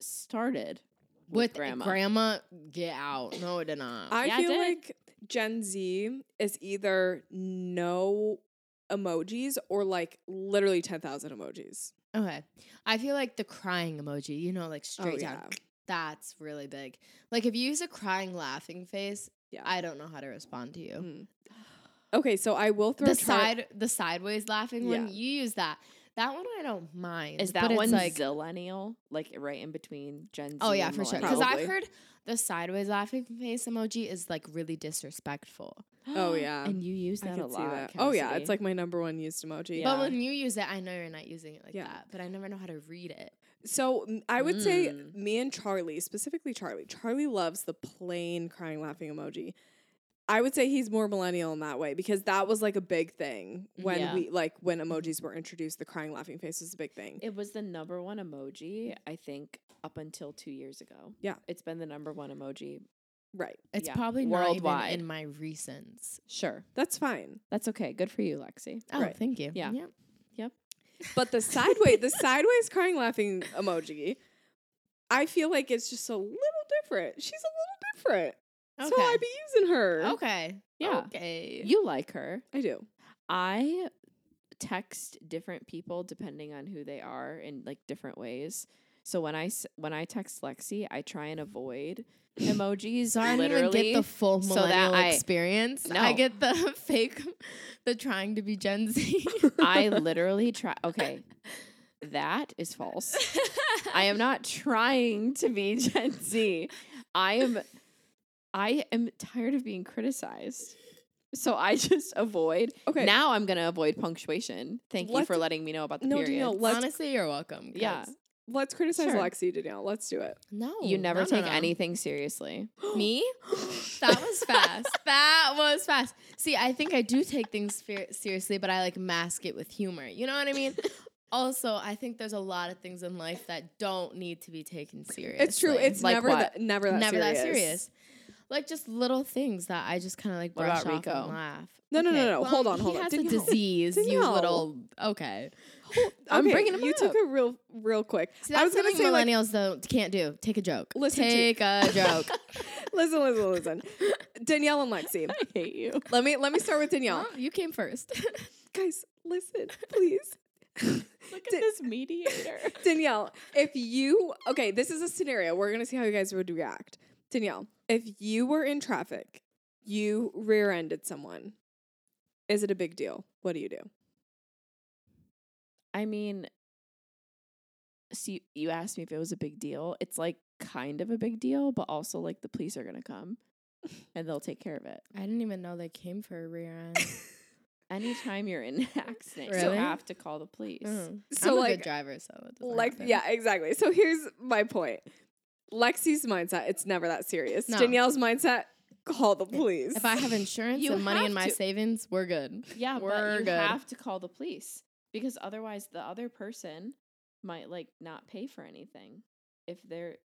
[SPEAKER 3] started with,
[SPEAKER 2] with
[SPEAKER 3] grandma.
[SPEAKER 2] get out. No, it did not.
[SPEAKER 4] I
[SPEAKER 3] Yeah, I
[SPEAKER 4] feel
[SPEAKER 3] did.
[SPEAKER 4] like Gen Z is either no emojis or like literally 10,000 emojis.
[SPEAKER 2] okay. I feel like the crying emoji, you know, like
[SPEAKER 4] Oh,
[SPEAKER 2] straight down. That's really big. Like if you use a crying laughing face,
[SPEAKER 4] Yeah.
[SPEAKER 2] I don't know how to respond to you.
[SPEAKER 4] Mm. Okay, so I will throw
[SPEAKER 2] The
[SPEAKER 4] char-
[SPEAKER 2] side the sideways laughing one,
[SPEAKER 4] Yeah.
[SPEAKER 2] you use that. That one I don't mind.
[SPEAKER 3] Is
[SPEAKER 2] but
[SPEAKER 3] that
[SPEAKER 2] it's
[SPEAKER 3] one
[SPEAKER 2] like
[SPEAKER 3] zillennial? Like right in between Gen Z.
[SPEAKER 2] Oh yeah,
[SPEAKER 3] and
[SPEAKER 2] for sure.
[SPEAKER 3] millennial?
[SPEAKER 2] Because I've
[SPEAKER 4] Probably.
[SPEAKER 2] heard the sideways laughing face emoji is like really disrespectful.
[SPEAKER 4] Oh, yeah.
[SPEAKER 3] and you use
[SPEAKER 4] I
[SPEAKER 3] that a
[SPEAKER 4] could see
[SPEAKER 3] lot.
[SPEAKER 4] that. Oh yeah,
[SPEAKER 3] Cassidy.
[SPEAKER 4] it's like my number one used emoji.
[SPEAKER 3] Yeah.
[SPEAKER 2] But when you use it, I know you're not using it like
[SPEAKER 4] Yeah.
[SPEAKER 2] that. But I never know how to read it.
[SPEAKER 4] So m- I would say
[SPEAKER 3] Mm.
[SPEAKER 4] me and Charlie, specifically Charlie. Charlie loves the plain crying laughing emoji. I would say he's more millennial in that way because that was like a big thing when
[SPEAKER 3] Yeah. Mm-hmm.
[SPEAKER 4] we like when emojis were introduced. The crying laughing face was a big thing.
[SPEAKER 3] It was the number one emoji, I think, up until two years ago.
[SPEAKER 4] Yeah.
[SPEAKER 3] It's been the number one emoji.
[SPEAKER 4] Right.
[SPEAKER 2] It's
[SPEAKER 3] Yeah.
[SPEAKER 2] probably not
[SPEAKER 3] Worldwide.
[SPEAKER 2] even in my recents.
[SPEAKER 3] Sure.
[SPEAKER 4] That's fine.
[SPEAKER 3] That's okay. Good for you, Lexi.
[SPEAKER 2] Oh,
[SPEAKER 4] Right.
[SPEAKER 2] thank you.
[SPEAKER 3] Yeah.
[SPEAKER 4] But the sideways the sideways crying laughing emoji, I feel like it's just a little different. She's a little different. So
[SPEAKER 2] Okay.
[SPEAKER 4] I be using her.
[SPEAKER 2] Okay.
[SPEAKER 3] Yeah.
[SPEAKER 2] Okay.
[SPEAKER 3] You like her.
[SPEAKER 4] I do.
[SPEAKER 3] I text different people depending on who they are in like different ways. So when I s- when I text Lexi, I try and avoid emojis.
[SPEAKER 2] so I didn't even get
[SPEAKER 3] literally.
[SPEAKER 2] the full
[SPEAKER 3] so that
[SPEAKER 2] millennial
[SPEAKER 3] I-
[SPEAKER 2] experience. I
[SPEAKER 3] No.
[SPEAKER 2] get the fake, the trying to be Gen Z.
[SPEAKER 3] I literally try. Okay, that is false. I am not trying to be Gen Z. I am I am tired of being criticized. So I just avoid.
[SPEAKER 4] Okay.
[SPEAKER 3] Now I'm gonna avoid punctuation. Thank you
[SPEAKER 4] Let's-
[SPEAKER 3] for letting me know about the
[SPEAKER 4] No,
[SPEAKER 3] period.
[SPEAKER 4] Danielle, let's
[SPEAKER 2] Honestly, you're welcome. 'cause-
[SPEAKER 3] Yeah.
[SPEAKER 4] let's criticize
[SPEAKER 3] Sure.
[SPEAKER 4] Lexi Danielle. Let's do it.
[SPEAKER 2] No.
[SPEAKER 3] you never
[SPEAKER 2] Oh, no, no,
[SPEAKER 3] take
[SPEAKER 2] no.
[SPEAKER 3] anything seriously.
[SPEAKER 2] Me? that was fast. That was fast. See, I think I do take things fer- seriously, but I like mask it with humor. You know what I mean? Also, I think there's a lot of things in life that don't need to be taken seriously.
[SPEAKER 4] It's true. It's
[SPEAKER 3] Like
[SPEAKER 4] never
[SPEAKER 3] what?
[SPEAKER 4] that never that
[SPEAKER 2] never
[SPEAKER 4] serious.
[SPEAKER 2] that serious. Like just little things that I just kind of like
[SPEAKER 3] What
[SPEAKER 2] brush
[SPEAKER 3] about
[SPEAKER 2] off and
[SPEAKER 3] Rico?
[SPEAKER 2] laugh.
[SPEAKER 4] No, no, no, no, no. Hold on, hold
[SPEAKER 2] he
[SPEAKER 4] on.
[SPEAKER 2] has a
[SPEAKER 4] Danielle.
[SPEAKER 2] disease. You
[SPEAKER 4] Danielle.
[SPEAKER 2] little okay.
[SPEAKER 4] I'm bringing
[SPEAKER 3] bringing 'em
[SPEAKER 4] You took
[SPEAKER 3] up.
[SPEAKER 4] it real real quick.
[SPEAKER 2] See, that's
[SPEAKER 4] I was gonna
[SPEAKER 2] something
[SPEAKER 4] say like,
[SPEAKER 2] millennials don't can't do. Take a joke.
[SPEAKER 4] Listen to-
[SPEAKER 2] Take a joke.
[SPEAKER 4] listen, listen, listen. Danielle and Lexi.
[SPEAKER 3] I hate you.
[SPEAKER 4] Let me let me start with Danielle.
[SPEAKER 2] Well, you came first.
[SPEAKER 4] Guys, listen, please.
[SPEAKER 3] Look
[SPEAKER 4] Da-
[SPEAKER 3] at this mediator.
[SPEAKER 4] Danielle, if you okay, this is a scenario. We're gonna see how you guys would react. Danielle, if you were in traffic, you rear-ended someone. Is it a big deal? What do you do?
[SPEAKER 3] I mean, see, you asked me if it was a big deal. It's like kind of a big deal, but also like the police are gonna come and they'll take care of it.
[SPEAKER 2] I didn't even know they came for a rear end.
[SPEAKER 3] Anytime you're in an accident,
[SPEAKER 2] Really?
[SPEAKER 3] you have to call the police.
[SPEAKER 4] So,
[SPEAKER 2] Mm. I'm a
[SPEAKER 4] like-
[SPEAKER 2] good driver, so it doesn't
[SPEAKER 4] Like,
[SPEAKER 2] happen.
[SPEAKER 4] yeah, exactly. So here's my point. Lexi's mindset, it's never that serious.
[SPEAKER 2] No.
[SPEAKER 4] Danielle's mindset, call the police.
[SPEAKER 2] If I have insurance
[SPEAKER 3] You
[SPEAKER 2] and money
[SPEAKER 3] have
[SPEAKER 2] in my
[SPEAKER 3] to.
[SPEAKER 2] savings, we're good.
[SPEAKER 3] Yeah,
[SPEAKER 2] We're
[SPEAKER 3] but you
[SPEAKER 2] good.
[SPEAKER 3] have to call the police because otherwise the other person might like not pay for anything if they're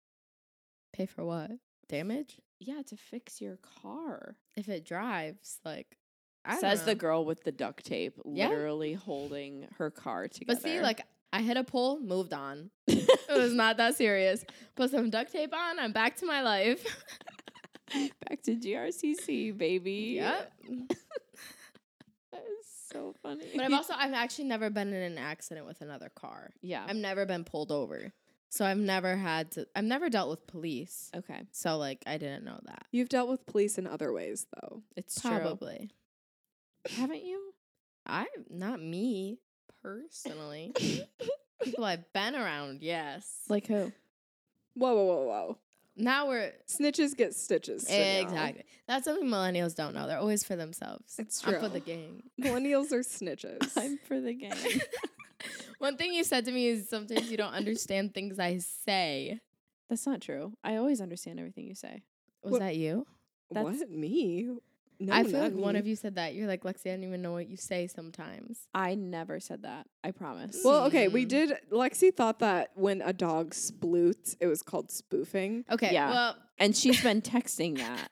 [SPEAKER 2] Pay for what? Damage?
[SPEAKER 3] yeah to fix your car.
[SPEAKER 2] If it drives, like I don't
[SPEAKER 3] Says
[SPEAKER 2] know.
[SPEAKER 3] the girl with the duct tape,
[SPEAKER 2] Yeah.
[SPEAKER 3] literally holding her car together.
[SPEAKER 2] But see, like I hit a pole, moved on. It was not that serious. Put some duct tape on, I'm back to my life.
[SPEAKER 3] back to GRCC, baby.
[SPEAKER 2] Yep.
[SPEAKER 3] that is so funny.
[SPEAKER 2] But I've also I've actually never been in an accident with another car.
[SPEAKER 3] yeah.
[SPEAKER 2] I've never been pulled over. So I've never had to I've never dealt with police.
[SPEAKER 3] okay,
[SPEAKER 2] So like I didn't know that.
[SPEAKER 4] You've dealt with police in other ways, though.
[SPEAKER 3] it's true.
[SPEAKER 2] Probably.
[SPEAKER 3] Haven't you?
[SPEAKER 2] I not me personally. People I've been around, yes. Like
[SPEAKER 3] Like oh, who?
[SPEAKER 4] Whoa, whoa, whoa, whoa!
[SPEAKER 2] now we're
[SPEAKER 4] Snitches get stitches. so no.
[SPEAKER 2] exactly. That's something millennials don't know. They're always for themselves.
[SPEAKER 4] It's
[SPEAKER 2] I'm for
[SPEAKER 4] true.
[SPEAKER 2] the gang.
[SPEAKER 4] Millennials are snitches.
[SPEAKER 3] I'm for the game.
[SPEAKER 2] One thing you said to me is sometimes you don't understand things I say.
[SPEAKER 3] That's not true. I always understand everything you say.
[SPEAKER 2] Was
[SPEAKER 4] What-
[SPEAKER 2] that you?
[SPEAKER 3] That's-
[SPEAKER 4] what me? No,
[SPEAKER 2] I feel
[SPEAKER 4] not
[SPEAKER 2] like one
[SPEAKER 4] me.
[SPEAKER 2] of you said that. You're like Lexi. I don't even know what you say sometimes.
[SPEAKER 3] I never said that. I promise.
[SPEAKER 4] Well, okay, we
[SPEAKER 2] Mm.
[SPEAKER 4] did. Lexi thought that when a dog sploots, it was called spoofing.
[SPEAKER 2] Okay.
[SPEAKER 3] Yeah.
[SPEAKER 2] Well,
[SPEAKER 3] and she's been texting that.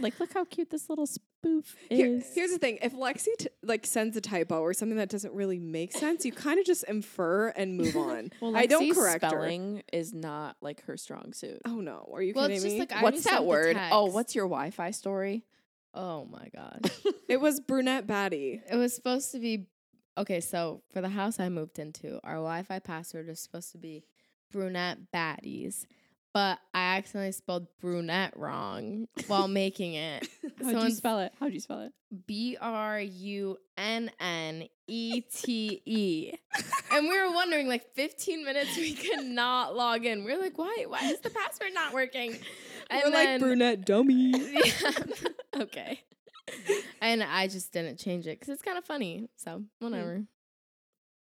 [SPEAKER 3] like, look how cute this little spoof
[SPEAKER 4] Here-
[SPEAKER 3] is.
[SPEAKER 4] here's the thing: if Lexi t- like sends a typo or something that doesn't really make sense, you kind of just infer and move on.
[SPEAKER 3] well,
[SPEAKER 4] I don't
[SPEAKER 3] Lexi's
[SPEAKER 4] correct her.
[SPEAKER 3] spelling is not like her strong suit.
[SPEAKER 4] Oh no, are you
[SPEAKER 2] well,
[SPEAKER 4] kidding
[SPEAKER 2] it's just
[SPEAKER 4] me?
[SPEAKER 2] like I already
[SPEAKER 3] what's
[SPEAKER 2] sent
[SPEAKER 3] that
[SPEAKER 2] the
[SPEAKER 3] word? Oh,
[SPEAKER 2] text.
[SPEAKER 3] what's your Wi-Fi story?
[SPEAKER 2] Oh my gosh.
[SPEAKER 4] it was brunette baddie.
[SPEAKER 2] It was supposed to be okay. So for the house I moved into, our Wi-Fi password was supposed to be brunette baddies, but I accidentally spelled brunette wrong while making it.
[SPEAKER 3] How'd you spell it? How'd you spell it?
[SPEAKER 2] B R U N N E T E, and we were wondering like 15 minutes we could not log in. We were like, why? Why is the password not working?
[SPEAKER 4] We're like brunette dummy.
[SPEAKER 2] Yeah. okay. And I just didn't change it because it's kind of funny. So
[SPEAKER 4] Mm.
[SPEAKER 2] whatever.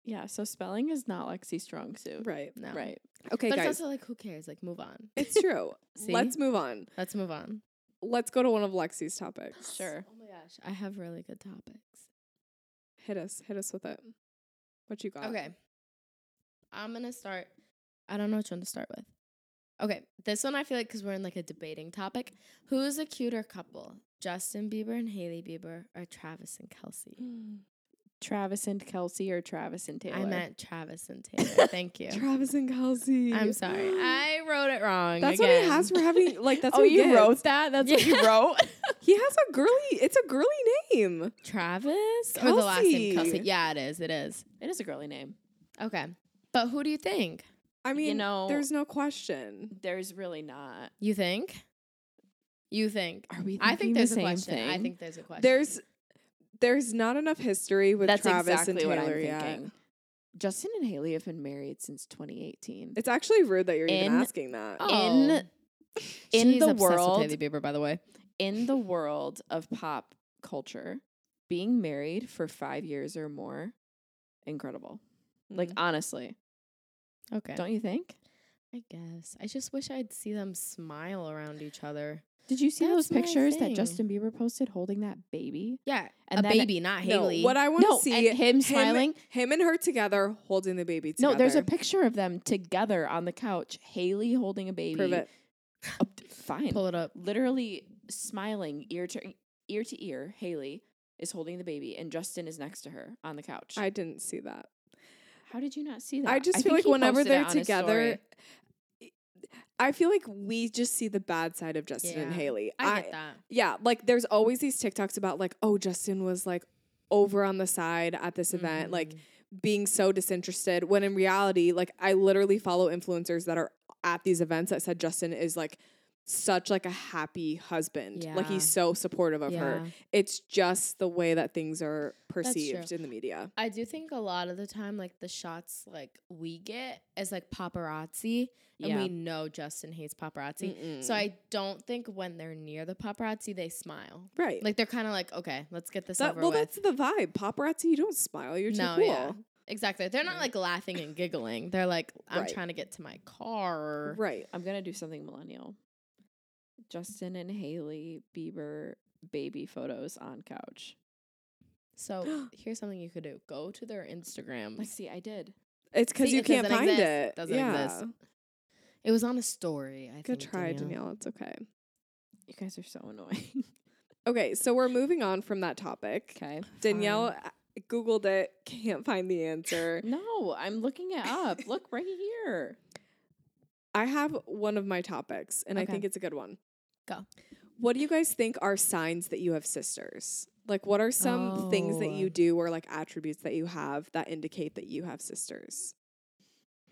[SPEAKER 3] Yeah. So spelling is not Lexi's strong suit.
[SPEAKER 4] right.
[SPEAKER 2] No.
[SPEAKER 3] Right.
[SPEAKER 4] Okay,
[SPEAKER 2] but
[SPEAKER 4] guys.
[SPEAKER 2] it's also like, who cares? Like, move on.
[SPEAKER 4] It's true.
[SPEAKER 2] See?
[SPEAKER 4] Let's move on.
[SPEAKER 2] Let's move on.
[SPEAKER 4] Let's go to one of Lexi's topics.
[SPEAKER 3] Sure.
[SPEAKER 2] Oh my gosh, I have really good topics.
[SPEAKER 4] Hit us. Hit us with it. What you got?
[SPEAKER 2] Okay. I'm gonna start. I don't know which one to start with. Okay, this one I feel like because we're in like a debating topic. Who's a cuter couple? Justin Bieber and Haley Bieber, or Travis and Kelsey?
[SPEAKER 3] Travis and Kelsey or Travis and Taylor.
[SPEAKER 2] I meant Travis and Taylor. Thank you.
[SPEAKER 4] Travis and Kelsey.
[SPEAKER 2] I'm sorry. I wrote it wrong.
[SPEAKER 4] That's what
[SPEAKER 2] again.
[SPEAKER 4] he has for having like that's
[SPEAKER 3] oh,
[SPEAKER 4] what he
[SPEAKER 3] you
[SPEAKER 4] gets.
[SPEAKER 3] wrote that? That's what you
[SPEAKER 2] Yeah.
[SPEAKER 3] wrote?
[SPEAKER 4] He has a girly. It's a girly name.
[SPEAKER 2] Travis or the last name
[SPEAKER 4] Kelsey.
[SPEAKER 2] Kelsey. Yeah, it is. It is.
[SPEAKER 3] it is a girly name.
[SPEAKER 2] Okay, but who do you think?
[SPEAKER 4] I mean,
[SPEAKER 3] know-
[SPEAKER 4] there's no question.
[SPEAKER 3] There's really not.
[SPEAKER 2] You think? You think?
[SPEAKER 3] Are we
[SPEAKER 2] I
[SPEAKER 3] thinking
[SPEAKER 2] think
[SPEAKER 3] the
[SPEAKER 2] there's a
[SPEAKER 3] same
[SPEAKER 2] question. I
[SPEAKER 3] thing?
[SPEAKER 2] think there's a question.
[SPEAKER 4] There's there's not enough history with
[SPEAKER 3] That's
[SPEAKER 4] Travis
[SPEAKER 3] exactly
[SPEAKER 4] and Taylor
[SPEAKER 3] what I'm
[SPEAKER 4] yet.
[SPEAKER 3] thinking. Justin and Haley have been married since 2018.
[SPEAKER 4] It's actually rude that you're even
[SPEAKER 3] In-
[SPEAKER 4] asking that.
[SPEAKER 3] Oh. in- in
[SPEAKER 2] She's obsessed
[SPEAKER 3] the
[SPEAKER 2] with
[SPEAKER 3] world-
[SPEAKER 2] Haley Bieber, by the way.
[SPEAKER 3] In the world of pop culture, being married for five years or more, incredible. Like
[SPEAKER 4] Mm-hmm.
[SPEAKER 3] honestly,
[SPEAKER 2] Okay,
[SPEAKER 3] don't you think?
[SPEAKER 2] I guess. I just wish I'd see them smile around each other.
[SPEAKER 3] Did you see
[SPEAKER 2] That's
[SPEAKER 3] those
[SPEAKER 2] my
[SPEAKER 3] pictures that
[SPEAKER 2] thing.
[SPEAKER 3] Justin Bieber posted holding that baby?
[SPEAKER 2] Yeah,
[SPEAKER 3] And
[SPEAKER 2] a
[SPEAKER 3] then-
[SPEAKER 2] baby, not
[SPEAKER 4] No,
[SPEAKER 2] Haley.
[SPEAKER 4] what I want to
[SPEAKER 3] uh, No,
[SPEAKER 4] see
[SPEAKER 3] and him smiling.
[SPEAKER 4] him and her together holding the baby together.
[SPEAKER 3] No, there's a picture of them together on the couch. Haley holding a baby.
[SPEAKER 4] prove it.
[SPEAKER 3] Uh, fine.
[SPEAKER 2] Pull it up.
[SPEAKER 3] literally smiling ear to ear to ear. Haley is holding the baby, and Justin is next to her on the couch.
[SPEAKER 4] I didn't see that.
[SPEAKER 3] How did you not see that?
[SPEAKER 4] I just
[SPEAKER 3] think
[SPEAKER 4] feel like
[SPEAKER 3] he
[SPEAKER 4] whenever
[SPEAKER 3] posted it
[SPEAKER 4] they're
[SPEAKER 3] on his
[SPEAKER 4] together, e,
[SPEAKER 3] story.
[SPEAKER 4] I feel like we just see the bad side of Justin and
[SPEAKER 2] Yeah.
[SPEAKER 4] Haley.
[SPEAKER 2] I get that.
[SPEAKER 4] Yeah, like there's always these TikToks about like, oh, Justin was like over on the side at this event,
[SPEAKER 2] Mm,
[SPEAKER 4] like being so disinterested. When in reality, like I literally follow influencers that are at these events that said Justin is like such like a happy husband. Like he's
[SPEAKER 2] Yeah.
[SPEAKER 4] so supportive of her. It's just the way that things are
[SPEAKER 2] true.
[SPEAKER 4] perceived in the media.
[SPEAKER 2] I do think a lot of the time, like the shots like we get is like paparazzi, and
[SPEAKER 3] Yeah.
[SPEAKER 2] we know Justin hates paparazzi.
[SPEAKER 4] Mm-hmm.
[SPEAKER 2] So I don't think when they're near the paparazzi they smile.
[SPEAKER 4] right.
[SPEAKER 2] Like they're kind of like, okay, let's get this
[SPEAKER 4] that,
[SPEAKER 2] over
[SPEAKER 4] well,
[SPEAKER 2] with.
[SPEAKER 4] that's the vibe. Paparazzi, you don't smile. You're too cool.
[SPEAKER 2] exactly. They're not like laughing and giggling. They're like, I'm
[SPEAKER 4] Right.
[SPEAKER 2] trying to get to my car.
[SPEAKER 4] Right.
[SPEAKER 3] I'm gonna do something millennial. Justin and Haley Bieber baby photos on couch.
[SPEAKER 2] So here's something you could do: go to their Instagram.
[SPEAKER 3] Lexi, I did.
[SPEAKER 4] It's because
[SPEAKER 2] See,
[SPEAKER 4] you
[SPEAKER 2] it
[SPEAKER 4] can't
[SPEAKER 2] doesn't
[SPEAKER 4] find
[SPEAKER 2] exist.
[SPEAKER 4] it.
[SPEAKER 2] Doesn't
[SPEAKER 4] yeah.
[SPEAKER 2] exist. It was on a story. I
[SPEAKER 4] Good
[SPEAKER 2] think,
[SPEAKER 4] try, Danielle. It's okay.
[SPEAKER 3] You guys are so annoying.
[SPEAKER 4] Okay, so we're moving on from that topic.
[SPEAKER 3] okay.
[SPEAKER 4] Danielle uh, Googled it, can't find the answer.
[SPEAKER 3] No, I'm looking it up. Look right here.
[SPEAKER 4] I have one of my topics, and I
[SPEAKER 2] Okay.
[SPEAKER 4] think it's a good one.
[SPEAKER 2] Go.
[SPEAKER 4] What do you guys think are signs that you have sisters? Like, what are some things that
[SPEAKER 2] Oh.
[SPEAKER 4] you do or like attributes that you have that indicate that you have sisters?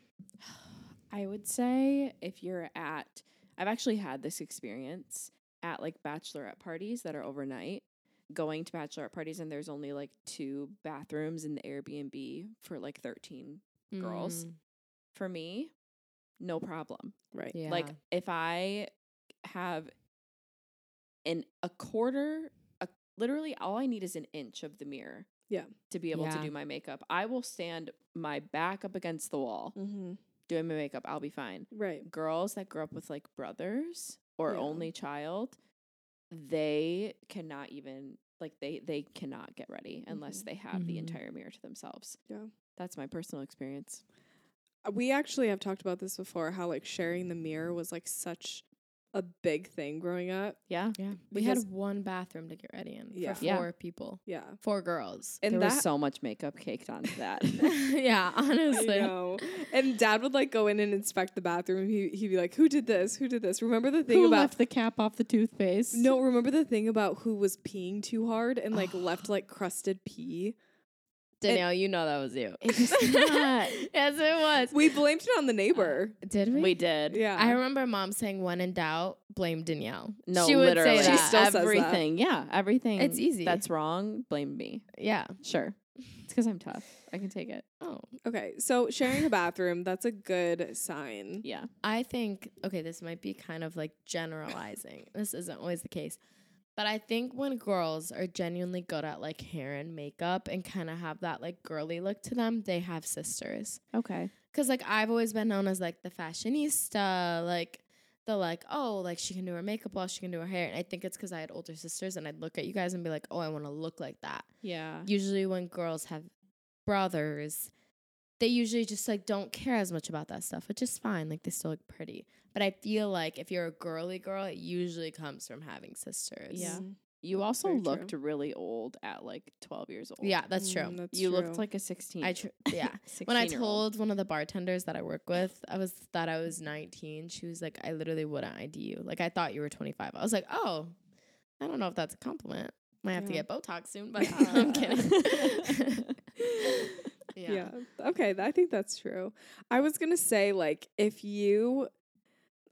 [SPEAKER 3] I would say if you're at, I've actually had this experience at like bachelorette parties that are overnight, going to bachelorette parties, and there's only like two bathrooms in the Airbnb for like 13. Girls.
[SPEAKER 2] Mm,
[SPEAKER 3] For me, no problem.
[SPEAKER 4] Right.
[SPEAKER 2] Yeah.
[SPEAKER 3] Like if I have an a quarter, a, literally all I need is an inch of the mirror.
[SPEAKER 4] Yeah.
[SPEAKER 3] To be able to
[SPEAKER 2] Yeah.
[SPEAKER 3] do my makeup, I will stand my back up against the wall
[SPEAKER 4] Mm-hmm.
[SPEAKER 3] doing my makeup. I'll be fine
[SPEAKER 4] Right.
[SPEAKER 3] girls that grew up with like brothers or
[SPEAKER 4] Yeah.
[SPEAKER 3] only child they cannot even like they they cannot get ready unless
[SPEAKER 4] Mhm.
[SPEAKER 3] they have the
[SPEAKER 2] Mhm.
[SPEAKER 3] entire mirror to themselves
[SPEAKER 4] Yeah.
[SPEAKER 3] that's my personal experience
[SPEAKER 4] Uh, We actually have talked about this before how like sharing the mirror was like such a big thing growing up.
[SPEAKER 3] yeah
[SPEAKER 2] yeah. We had
[SPEAKER 4] because-
[SPEAKER 2] one bathroom to get ready in
[SPEAKER 4] Yeah.
[SPEAKER 2] for
[SPEAKER 3] Yeah.
[SPEAKER 2] four people,
[SPEAKER 4] Yeah.
[SPEAKER 2] four girls.
[SPEAKER 4] And
[SPEAKER 3] there
[SPEAKER 4] that
[SPEAKER 3] was so much makeup caked onto that
[SPEAKER 2] yeah, honestly.
[SPEAKER 4] I know. And dad would like go in and inspect the bathroom. He he'd be like, Who did this? Who did this? Remember the thing
[SPEAKER 3] who
[SPEAKER 4] about
[SPEAKER 3] left the cap off the toothpaste
[SPEAKER 4] No, remember the thing about who was peeing too hard and like left like crusted pee?
[SPEAKER 2] Danielle, you know that was you.
[SPEAKER 3] It was not.
[SPEAKER 2] yes, it was.
[SPEAKER 4] We blamed it on the neighbor.
[SPEAKER 2] Did we?
[SPEAKER 3] we did
[SPEAKER 4] Uh, yeah.
[SPEAKER 2] I remember mom saying, "When in doubt, blame Danielle."
[SPEAKER 3] no
[SPEAKER 2] she would
[SPEAKER 3] literally
[SPEAKER 2] say
[SPEAKER 4] She
[SPEAKER 2] that.
[SPEAKER 4] still says that.
[SPEAKER 3] everything yeah everything
[SPEAKER 2] It's easy.
[SPEAKER 3] that's wrong blame me
[SPEAKER 2] yeah.
[SPEAKER 3] sure it's because i'm tough i can take it
[SPEAKER 2] Oh,
[SPEAKER 4] okay, so sharing a bathroom, that's a good sign.
[SPEAKER 3] yeah
[SPEAKER 2] I think okay, this might be kind of like generalizing. this isn't always the case. But I think when girls are genuinely good at like hair and makeup and kind of have that like girly look to them, they have sisters.
[SPEAKER 3] okay
[SPEAKER 2] Cuz like I've always been known as like the fashionista, like the like, oh, like she can do her makeup while she can do her hair. And I think it's cuz I had older sisters and I'd look at you guys and be like, "Oh, I want to look like that."
[SPEAKER 3] yeah
[SPEAKER 2] usually when girls have brothers they usually just like don't care as much about that stuff which is fine like they still look pretty but i feel like if you're a girly girl it usually comes from having sisters
[SPEAKER 3] Yeah. you also
[SPEAKER 4] Very true.
[SPEAKER 3] looked really old at like 12 years old
[SPEAKER 2] yeah that's true
[SPEAKER 4] Mm, that's
[SPEAKER 3] you
[SPEAKER 4] true.
[SPEAKER 3] looked like a 16
[SPEAKER 2] i tr- yeah when i told one of the bartenders that i work with i was thought i was 19 she was like i literally wouldn't id you like i thought you were 25 i was like oh i don't know if that's a compliment might have to
[SPEAKER 4] Yeah.
[SPEAKER 2] get botox soon but i'm kidding yeah.
[SPEAKER 4] Yeah. Okay. th- I think that's true. I was going to say, like, if you,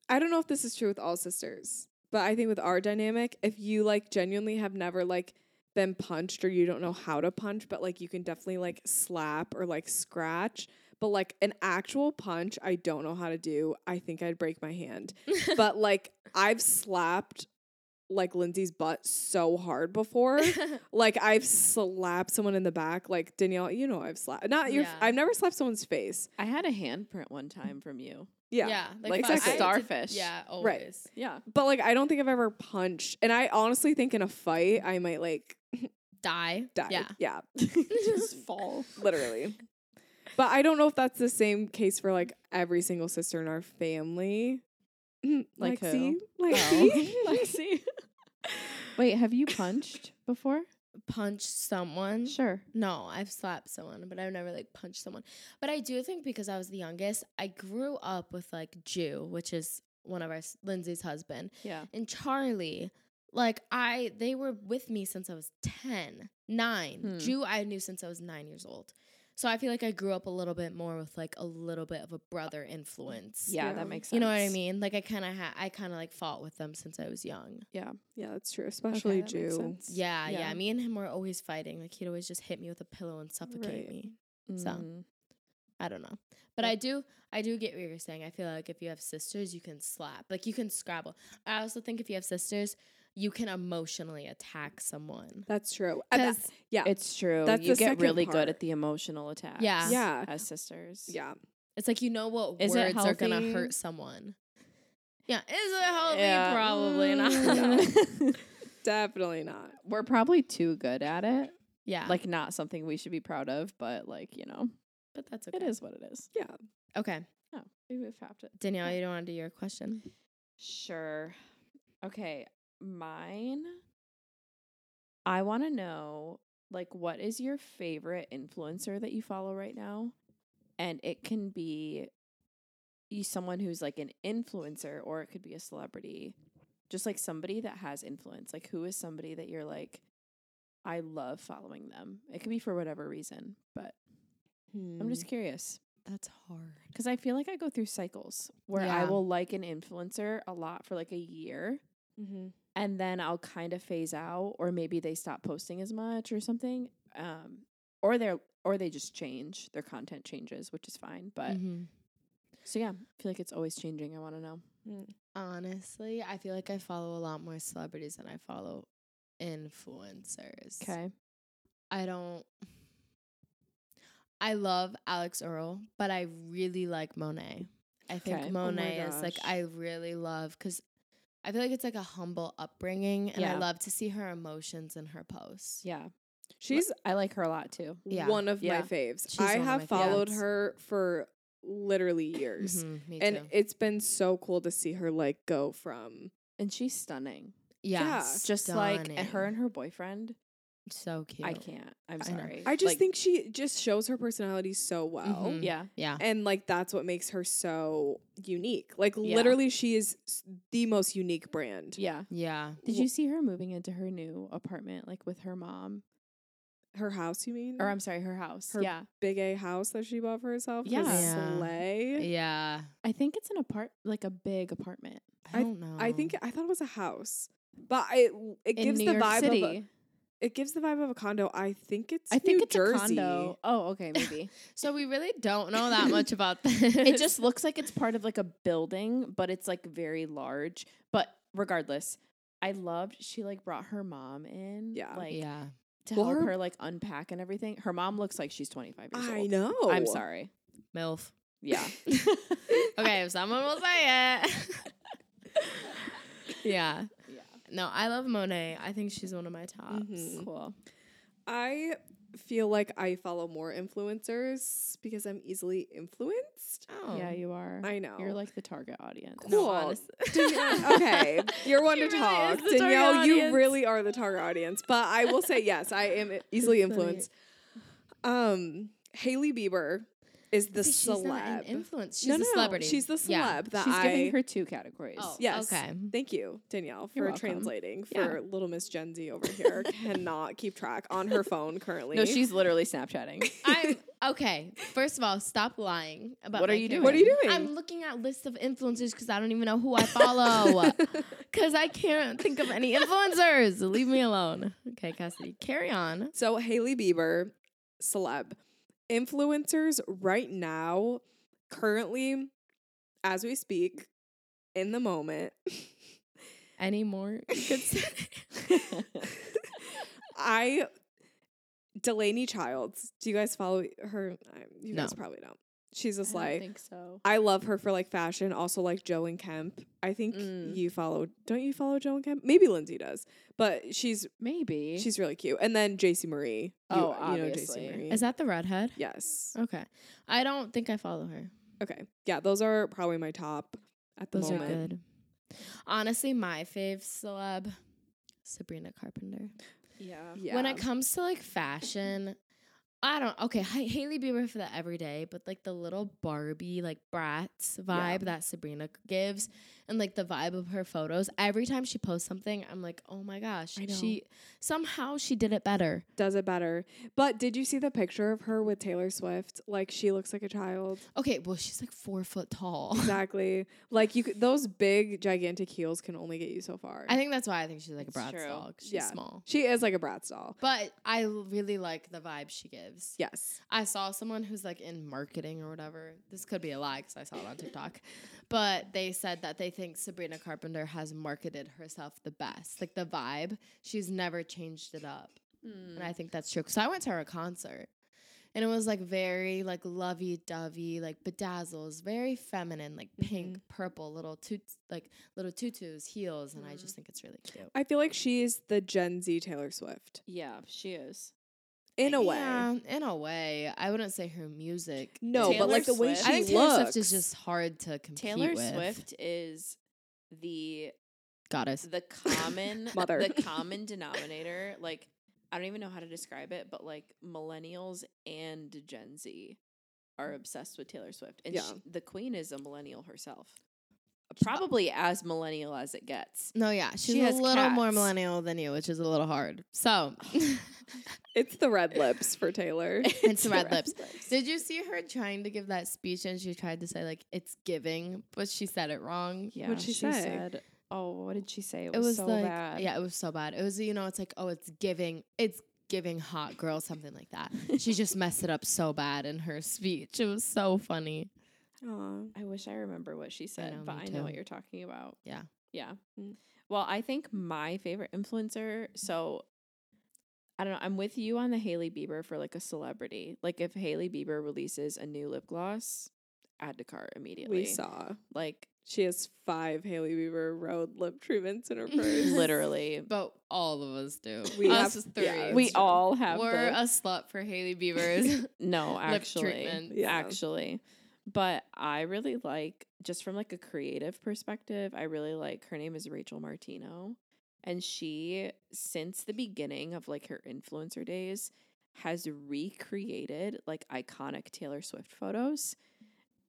[SPEAKER 4] I don't know if this is true with all sisters, but I think with our dynamic, if you, like, genuinely have never, like, been punched or you don't know how to punch, but, like, you can definitely, like, slap or, like, scratch. But, like, an actual punch, I don't know how to do. I think I'd break my hand. but, like, I've slapped, like, Lindsay's butt so hard before. Like I've slapped someone in the back, like Danielle. You know I've slapped not your.
[SPEAKER 2] Yeah.
[SPEAKER 4] I've never slapped someone's face.
[SPEAKER 3] i had a handprint one time from you
[SPEAKER 4] Yeah.
[SPEAKER 3] Like
[SPEAKER 2] fuck,
[SPEAKER 4] a
[SPEAKER 2] I had to-
[SPEAKER 3] starfish.
[SPEAKER 2] yeah, always.
[SPEAKER 4] Right.
[SPEAKER 3] yeah
[SPEAKER 4] but like I don't think I've ever punched. And I honestly think in a fight I might like
[SPEAKER 2] Die.
[SPEAKER 4] die.
[SPEAKER 2] Yeah.
[SPEAKER 4] yeah,
[SPEAKER 3] just fall
[SPEAKER 4] literally. but I don't know if that's the same case for like every single sister in our family.
[SPEAKER 3] Like
[SPEAKER 4] Lexi,
[SPEAKER 3] who?
[SPEAKER 4] Lexi,
[SPEAKER 3] lexi wait have you punched before
[SPEAKER 2] Punch someone.
[SPEAKER 3] sure
[SPEAKER 2] No, I've slapped someone, but I've never like punched someone. But I do think because I was the youngest, I grew up with like Jew, which is one of our s- Lindsay's husband,
[SPEAKER 3] yeah
[SPEAKER 2] and Charlie. Like I, they were with me since I was 10, 9.
[SPEAKER 3] Hmm.
[SPEAKER 2] Jew I knew since I was nine years old. So I feel like I grew up a little bit more with like a little bit of a brother influence.
[SPEAKER 3] yeah
[SPEAKER 4] Yeah.
[SPEAKER 3] that makes sense
[SPEAKER 2] You know what I mean? Like I kind of ha- I kind of like fought with them since I was young.
[SPEAKER 4] Yeah, that's true. Especially
[SPEAKER 3] that makes
[SPEAKER 4] Jew.
[SPEAKER 3] sense.
[SPEAKER 2] Yeah, yeah,
[SPEAKER 3] Yeah.
[SPEAKER 2] Me and him were always fighting. Like he'd always just hit me with a pillow and suffocate
[SPEAKER 4] Right.
[SPEAKER 2] me. So.
[SPEAKER 3] Mm.
[SPEAKER 2] I don't know. But I do I do get what you're saying. I feel like if you have sisters, you can slap. Like you can scrabble. I also think if you have sisters, you can emotionally attack someone.
[SPEAKER 4] That's true. And that-
[SPEAKER 2] 'Cause
[SPEAKER 4] yeah,
[SPEAKER 3] it's true
[SPEAKER 4] That's
[SPEAKER 3] you
[SPEAKER 4] the
[SPEAKER 3] get
[SPEAKER 4] second
[SPEAKER 3] really
[SPEAKER 4] part.
[SPEAKER 3] good at the emotional attacks
[SPEAKER 2] Yeah.
[SPEAKER 4] Yeah.
[SPEAKER 3] as sisters
[SPEAKER 4] yeah.
[SPEAKER 2] it's like you know what
[SPEAKER 3] Is it
[SPEAKER 2] words are gonna
[SPEAKER 3] healthy?
[SPEAKER 2] hurt someone. Yeah, is it healthy?
[SPEAKER 3] Yeah.
[SPEAKER 2] Probably not.
[SPEAKER 3] Mm, no.
[SPEAKER 4] Definitely not.
[SPEAKER 3] We're probably too good at it.
[SPEAKER 2] yeah, like,
[SPEAKER 3] Like, not something we should be proud of, but like, you know,
[SPEAKER 2] but that's okay.
[SPEAKER 3] it is what it is.
[SPEAKER 2] Okay,
[SPEAKER 3] Oh, we moved past it.
[SPEAKER 2] Danielle, you don't want to do your question.
[SPEAKER 3] Sure. Okay, mine. I want to know like what is your favorite influencer that you follow right now? And it can be you someone who's like an influencer or it could be a celebrity. Just like somebody that has influence. Like who is somebody that you're like I love following them. It could be for whatever reason, but I'm just curious
[SPEAKER 2] that's hard.
[SPEAKER 3] because I feel like I go through cycles where I
[SPEAKER 2] Yeah.
[SPEAKER 3] will like an influencer a lot for like a year
[SPEAKER 4] Mm-hmm.
[SPEAKER 3] and then I'll kind of phase out, or maybe they stop posting as much or something, um, or they're or they just change their content changes, which is fine. But so yeah, I feel like it's always changing. I want to know.
[SPEAKER 2] Honestly, I feel like I follow a lot more celebrities than I follow influencers.
[SPEAKER 3] Okay,
[SPEAKER 2] I don't. I love Alex Earl, but I really like Monet. I think
[SPEAKER 3] Okay. Oh my
[SPEAKER 2] Monet is like
[SPEAKER 4] gosh.
[SPEAKER 2] I really love because I feel like it's like a humble upbringing, and
[SPEAKER 3] Yeah.
[SPEAKER 2] I love to see her emotions in her posts.
[SPEAKER 3] yeah,
[SPEAKER 4] She's
[SPEAKER 3] I like her a lot too.
[SPEAKER 2] Yeah.
[SPEAKER 4] one of
[SPEAKER 3] Yeah.
[SPEAKER 4] my faves.
[SPEAKER 2] She's one
[SPEAKER 4] I
[SPEAKER 2] of
[SPEAKER 4] have
[SPEAKER 2] my
[SPEAKER 4] followed
[SPEAKER 2] faves.
[SPEAKER 4] her for literally years.
[SPEAKER 3] Mm-hmm.
[SPEAKER 2] Mhm, me
[SPEAKER 4] And
[SPEAKER 2] too.
[SPEAKER 4] it's been so cool to see her like go from
[SPEAKER 3] And she's stunning,
[SPEAKER 2] yeah,
[SPEAKER 4] yeah,
[SPEAKER 3] just like and her
[SPEAKER 2] stunning.
[SPEAKER 3] and her boyfriend.
[SPEAKER 2] so cute.
[SPEAKER 3] I can't. I'm
[SPEAKER 2] I know.
[SPEAKER 3] sorry.
[SPEAKER 4] I just
[SPEAKER 3] Like, Mm-hmm. mm,
[SPEAKER 4] think she just shows her personality so well.
[SPEAKER 2] Mhm.
[SPEAKER 3] yeah,
[SPEAKER 2] Yeah,
[SPEAKER 4] And like that's what makes her so unique. Like
[SPEAKER 3] Yeah.
[SPEAKER 4] literally she is s- the most unique brand.
[SPEAKER 3] yeah.
[SPEAKER 2] yeah.
[SPEAKER 3] Did
[SPEAKER 4] Wh-
[SPEAKER 3] you see her moving into her new apartment, like with her mom,
[SPEAKER 4] Her house, you mean?
[SPEAKER 3] or I'm sorry, Mm. her house?
[SPEAKER 4] Her-
[SPEAKER 3] yeah,
[SPEAKER 4] big A house that she bought for herself.
[SPEAKER 3] Yeah.
[SPEAKER 4] Yeah.
[SPEAKER 2] Yeah.
[SPEAKER 4] Slay.
[SPEAKER 2] Yeah.
[SPEAKER 3] I think it's an apart, like a big apartment.
[SPEAKER 2] I don't know.
[SPEAKER 4] I think I thought it was a house. But I it gives the vibe of a, it gives the vibe of a condo. I think it's
[SPEAKER 3] I think
[SPEAKER 4] New
[SPEAKER 3] it's
[SPEAKER 4] Jersey.
[SPEAKER 3] a condo. Oh, okay, maybe.
[SPEAKER 2] so. We really don't know that much about this.
[SPEAKER 3] it just looks like it's part of like a building, but it's like very large. But regardless, I loved she like brought her mom in.
[SPEAKER 4] Yeah.
[SPEAKER 3] Like
[SPEAKER 2] yeah.
[SPEAKER 3] to
[SPEAKER 4] Well,
[SPEAKER 3] help
[SPEAKER 4] her-
[SPEAKER 3] her like unpack and everything. Her mom looks like she's twenty five years
[SPEAKER 4] I
[SPEAKER 3] old.
[SPEAKER 4] know.
[SPEAKER 3] I'm sorry.
[SPEAKER 2] Milf.
[SPEAKER 3] Yeah.
[SPEAKER 2] Okay, if someone will say it. yeah.
[SPEAKER 3] yeah.
[SPEAKER 2] No, I love Monet. I think she's one of my tops.
[SPEAKER 4] Mhm.
[SPEAKER 3] Cool.
[SPEAKER 4] I feel like I follow more influencers because I'm easily influenced.
[SPEAKER 2] Oh.
[SPEAKER 3] Yeah, you are.
[SPEAKER 4] I know.
[SPEAKER 3] You're like the target audience.
[SPEAKER 2] No,
[SPEAKER 4] Cool.
[SPEAKER 2] honest-
[SPEAKER 4] Danielle- okay, you're one
[SPEAKER 2] She
[SPEAKER 4] to
[SPEAKER 2] really
[SPEAKER 4] talk.
[SPEAKER 2] is the target
[SPEAKER 4] Danielle, you
[SPEAKER 2] audience.
[SPEAKER 4] really are the target audience. But I will say yes, I am i- easily influenced. Um, Haley Bieber is the
[SPEAKER 2] See, she's
[SPEAKER 4] celeb.
[SPEAKER 2] not an influence. She's
[SPEAKER 4] no,
[SPEAKER 2] a
[SPEAKER 4] no,
[SPEAKER 2] celebrity.
[SPEAKER 4] she's the celeb
[SPEAKER 2] Yeah.
[SPEAKER 4] that
[SPEAKER 3] She's
[SPEAKER 4] I.
[SPEAKER 3] giving her two categories.
[SPEAKER 2] Oh,
[SPEAKER 4] Yes.
[SPEAKER 2] Okay.
[SPEAKER 4] Thank you, Danielle,
[SPEAKER 3] You're
[SPEAKER 4] for
[SPEAKER 3] welcome.
[SPEAKER 4] translating
[SPEAKER 3] Yeah.
[SPEAKER 4] for little Miss Gen Z over here. Cannot keep track on her phone currently.
[SPEAKER 3] No, she's literally Snapchatting.
[SPEAKER 2] I'm okay. First of all, stop lying about
[SPEAKER 3] What are
[SPEAKER 2] my
[SPEAKER 3] you doing?
[SPEAKER 4] What are you doing?
[SPEAKER 2] I'm looking at lists of influencers because I don't even know who I follow. Because I can't think of any influencers. Leave me alone. Okay, Cassidy, carry on.
[SPEAKER 4] So Haley Bieber, celeb, influencers right now, currently, as we speak, in the moment,
[SPEAKER 2] Any more? you could say?
[SPEAKER 4] I Delaney Childs. Do you guys follow her? I- You guys
[SPEAKER 2] No.
[SPEAKER 4] probably don't. She's a
[SPEAKER 3] I don't
[SPEAKER 4] slay.
[SPEAKER 3] think so.
[SPEAKER 4] I love her for like fashion, also like Joan Kemp. I think
[SPEAKER 3] Mm.
[SPEAKER 4] you follow, don't you follow Joan Kemp? Maybe Lindsay does, but she's
[SPEAKER 3] Maybe.
[SPEAKER 4] she's really cute. And then JC Marie. You,
[SPEAKER 3] Oh,
[SPEAKER 4] you know
[SPEAKER 3] obviously.
[SPEAKER 4] JC Marie.
[SPEAKER 2] Is that the redhead?
[SPEAKER 4] yes.
[SPEAKER 2] Okay. I don't think I follow her.
[SPEAKER 4] Okay. Yeah, those are probably my top at the
[SPEAKER 2] Those are
[SPEAKER 4] moment.
[SPEAKER 2] good. Honestly, my fave celeb, Sabrina Carpenter.
[SPEAKER 3] yeah.
[SPEAKER 4] Yeah.
[SPEAKER 2] When it comes to like fashion, I don't okay, H- Haley Bieber for the everyday, but like the little Barbie like brats vibe that Sabrina c- gives and like the vibe of her photos. Every time she posts something, I'm like, "Oh my gosh,
[SPEAKER 4] I know.
[SPEAKER 2] she somehow she did it better."
[SPEAKER 4] does it better. But did you see the picture of her with Taylor Swift? Like she looks like a child.
[SPEAKER 2] Okay, well, she's like 4 foot tall.
[SPEAKER 4] Exactly. like you could, those big gigantic heels can only get you so far.
[SPEAKER 2] I think that's why I think she's like a
[SPEAKER 3] It's
[SPEAKER 2] brat
[SPEAKER 3] true.
[SPEAKER 2] dog. She's
[SPEAKER 4] Yeah.
[SPEAKER 2] small.
[SPEAKER 4] she is like a Bratz doll.
[SPEAKER 2] But I l- really like the vibe she gives.
[SPEAKER 4] Yes.
[SPEAKER 2] I saw someone who's like in marketing or whatever. This could be a lie because I saw it on TikTok. But they said that they think Sabrina Carpenter has marketed herself the best. Like the
[SPEAKER 3] Mm.
[SPEAKER 2] vibe, she's never changed it up. And I think that's true. Because I went to her concert and it was like very like lovey dovey, like bedazzles, very feminine, like pink,
[SPEAKER 3] Mm-hmm.
[SPEAKER 2] purple, little tut like little tutus, heels, and I
[SPEAKER 3] Mhm.
[SPEAKER 2] just think it's really cute.
[SPEAKER 4] I feel like she's the Gen Z Taylor Swift
[SPEAKER 3] Yeah, she is.
[SPEAKER 4] in a way.
[SPEAKER 2] Yeah, in a way, I wouldn't say her music.
[SPEAKER 4] No,
[SPEAKER 2] is-
[SPEAKER 4] but like the way
[SPEAKER 3] Taylor
[SPEAKER 4] she
[SPEAKER 3] Swift-
[SPEAKER 2] I think Taylor
[SPEAKER 4] looks.
[SPEAKER 2] Swift is just hard to compete
[SPEAKER 3] Taylor
[SPEAKER 2] with.
[SPEAKER 3] Swift is the
[SPEAKER 2] goddess.
[SPEAKER 3] the common
[SPEAKER 4] Mother.
[SPEAKER 3] the common denominator. Like I don't even know how to describe it, but like millennials and Gen Z are obsessed with Taylor Swift, and
[SPEAKER 4] Yeah.
[SPEAKER 3] she, the queen is a millennial herself. Probably as millennial as it gets.
[SPEAKER 2] No, yeah, she's
[SPEAKER 3] She
[SPEAKER 2] a
[SPEAKER 3] has
[SPEAKER 2] little more
[SPEAKER 3] cats.
[SPEAKER 2] millennial than you, which is a little hard. So,
[SPEAKER 4] it's the red lips for Taylor.
[SPEAKER 2] It's
[SPEAKER 3] the
[SPEAKER 2] red lips. did you see her trying to give that speech and she tried to say like it's giving, but she said it wrong?
[SPEAKER 3] Yeah,
[SPEAKER 4] What'd she say?
[SPEAKER 3] said. Oh, what did she say? It,
[SPEAKER 2] it
[SPEAKER 3] was,
[SPEAKER 2] was
[SPEAKER 3] so
[SPEAKER 2] like
[SPEAKER 3] bad.
[SPEAKER 2] yeah, it was so bad. It was you know, it's like oh, it's giving, it's giving hot girl something like that. she just messed it up so bad in her speech. It was so funny.
[SPEAKER 4] Aw.
[SPEAKER 3] I wish I remember what she said,
[SPEAKER 2] know,
[SPEAKER 3] but
[SPEAKER 2] me
[SPEAKER 3] I know what
[SPEAKER 2] too.
[SPEAKER 3] you're talking about.
[SPEAKER 2] Yeah.
[SPEAKER 3] Yeah.
[SPEAKER 4] Mm.
[SPEAKER 3] Well, I think my favorite influencer, so I don't know, I'm with you on the Hailey Bieber for like a celebrity. Like if Hailey Bieber releases a new lip gloss, add to cart immediately.
[SPEAKER 4] We saw
[SPEAKER 3] Like
[SPEAKER 4] she has five Haley Weaver Road lip treatments in her purse.
[SPEAKER 3] literally.
[SPEAKER 2] But all of us do.
[SPEAKER 4] We
[SPEAKER 2] us
[SPEAKER 4] have-
[SPEAKER 2] three.
[SPEAKER 4] yeah,
[SPEAKER 3] we
[SPEAKER 4] That's true.
[SPEAKER 3] all have
[SPEAKER 2] We're
[SPEAKER 3] the-
[SPEAKER 2] a slut for Haley Bieber's
[SPEAKER 3] no,
[SPEAKER 2] lip
[SPEAKER 3] actually.
[SPEAKER 2] treatment.
[SPEAKER 4] Yeah.
[SPEAKER 3] actually. But I really like, just from like a creative perspective, I really like her name is Rachel Martino. And she, since the beginning of like her influencer days, has recreated like iconic Taylor Swift photos.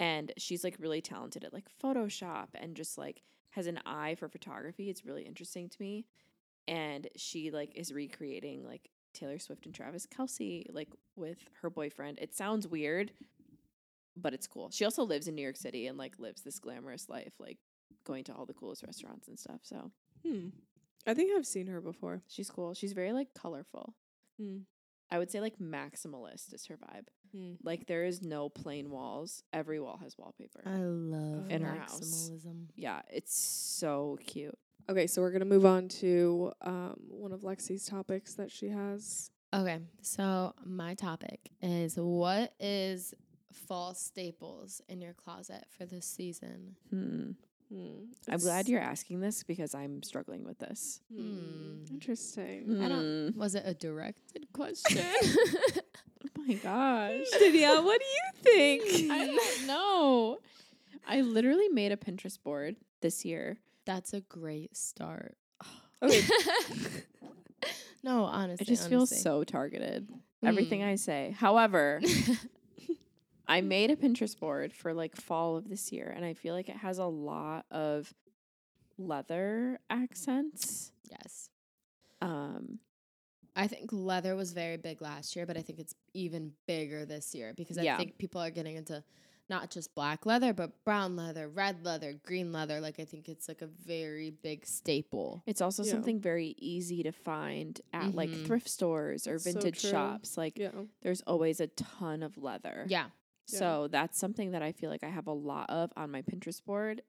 [SPEAKER 3] And she's like really talented at like Photoshop and just like has an eye for photography. It's really interesting to me. And she like is recreating like Taylor Swift and Travis Kelsey, like with her boyfriend. It sounds weird, but it's cool. She also lives in New York City and like lives this glamorous life, like going to all the coolest restaurants and stuff. So
[SPEAKER 4] Hmm. I think I've seen her before.
[SPEAKER 3] she's cool. She's very like colorful.
[SPEAKER 4] Hmm.
[SPEAKER 3] I would say like maximalist is her vibe.
[SPEAKER 4] Hmm.
[SPEAKER 3] Like there is no plain walls. every wall has wallpaper.
[SPEAKER 2] I love
[SPEAKER 3] In her house.
[SPEAKER 2] maximalism.
[SPEAKER 3] yeah, it's so cute.
[SPEAKER 4] Okay, so we're gonna move on to um, one of Lexi's topics that she has.
[SPEAKER 2] Okay, so my topic is what is fall staples in your closet for this season?
[SPEAKER 3] Hmm.
[SPEAKER 4] Hmm.
[SPEAKER 3] I'm
[SPEAKER 4] It's-
[SPEAKER 3] glad you're asking this because I'm struggling with this.
[SPEAKER 4] Hmm.
[SPEAKER 2] Hmm.
[SPEAKER 4] Interesting.
[SPEAKER 2] I
[SPEAKER 3] Hmm.
[SPEAKER 2] don't. Was it a directed question?
[SPEAKER 3] Oh my gosh.
[SPEAKER 4] Danielle, what do you think?
[SPEAKER 3] I don't know. I literally made a Pinterest board this year.
[SPEAKER 2] That's a great start.
[SPEAKER 4] Okay.
[SPEAKER 2] No, honestly,
[SPEAKER 3] It just feels so targeted.
[SPEAKER 4] Hmm.
[SPEAKER 3] Everything I say. However, I made a Pinterest board for like fall of this year, and I feel like it has a lot of leather accents.
[SPEAKER 2] yes,
[SPEAKER 3] Um,
[SPEAKER 2] I think leather was very big last year, but I think it's even bigger this year because I
[SPEAKER 3] Yeah.
[SPEAKER 2] think people are getting into not just black leather, but brown leather, red leather, green leather. Like I think it's like a very big staple.
[SPEAKER 3] it's also
[SPEAKER 4] Yeah. Mm-hmm.
[SPEAKER 3] something very easy to find at like
[SPEAKER 2] Mhm.
[SPEAKER 3] thrift stores or
[SPEAKER 4] So
[SPEAKER 3] vintage
[SPEAKER 4] true.
[SPEAKER 3] shops. Like,
[SPEAKER 4] yeah.
[SPEAKER 3] there's always a ton of leather.
[SPEAKER 2] Yeah.
[SPEAKER 4] Yeah.
[SPEAKER 3] So that's something that I feel like I have a lot of on my Pinterest board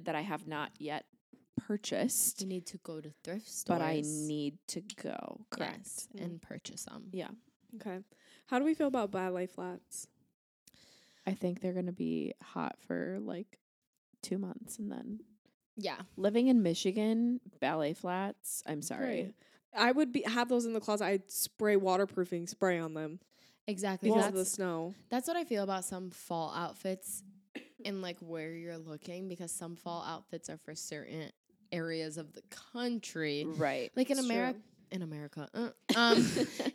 [SPEAKER 3] that I have not yet purchased,
[SPEAKER 2] You need to go to thrift stores.
[SPEAKER 3] but I need to go. Correct.
[SPEAKER 2] yes,
[SPEAKER 4] Mm.
[SPEAKER 2] and purchase them.
[SPEAKER 3] Yeah.
[SPEAKER 4] Okay. How do we feel about ballet flats?
[SPEAKER 3] I think they're going to be hot for like two months and then
[SPEAKER 2] Yeah.
[SPEAKER 3] living in Michigan, ballet flats. I'm sorry.
[SPEAKER 4] Great. I would be have those in the closet. I'd spray waterproofing spray on them
[SPEAKER 2] Exactly.
[SPEAKER 4] because of the
[SPEAKER 2] that's,
[SPEAKER 4] snow.
[SPEAKER 2] that's what I feel about some fall outfits and like where you're looking because some fall outfits are for certain areas of the country.
[SPEAKER 3] Right.
[SPEAKER 2] Like in
[SPEAKER 4] It's true.
[SPEAKER 2] America in America. Uh, um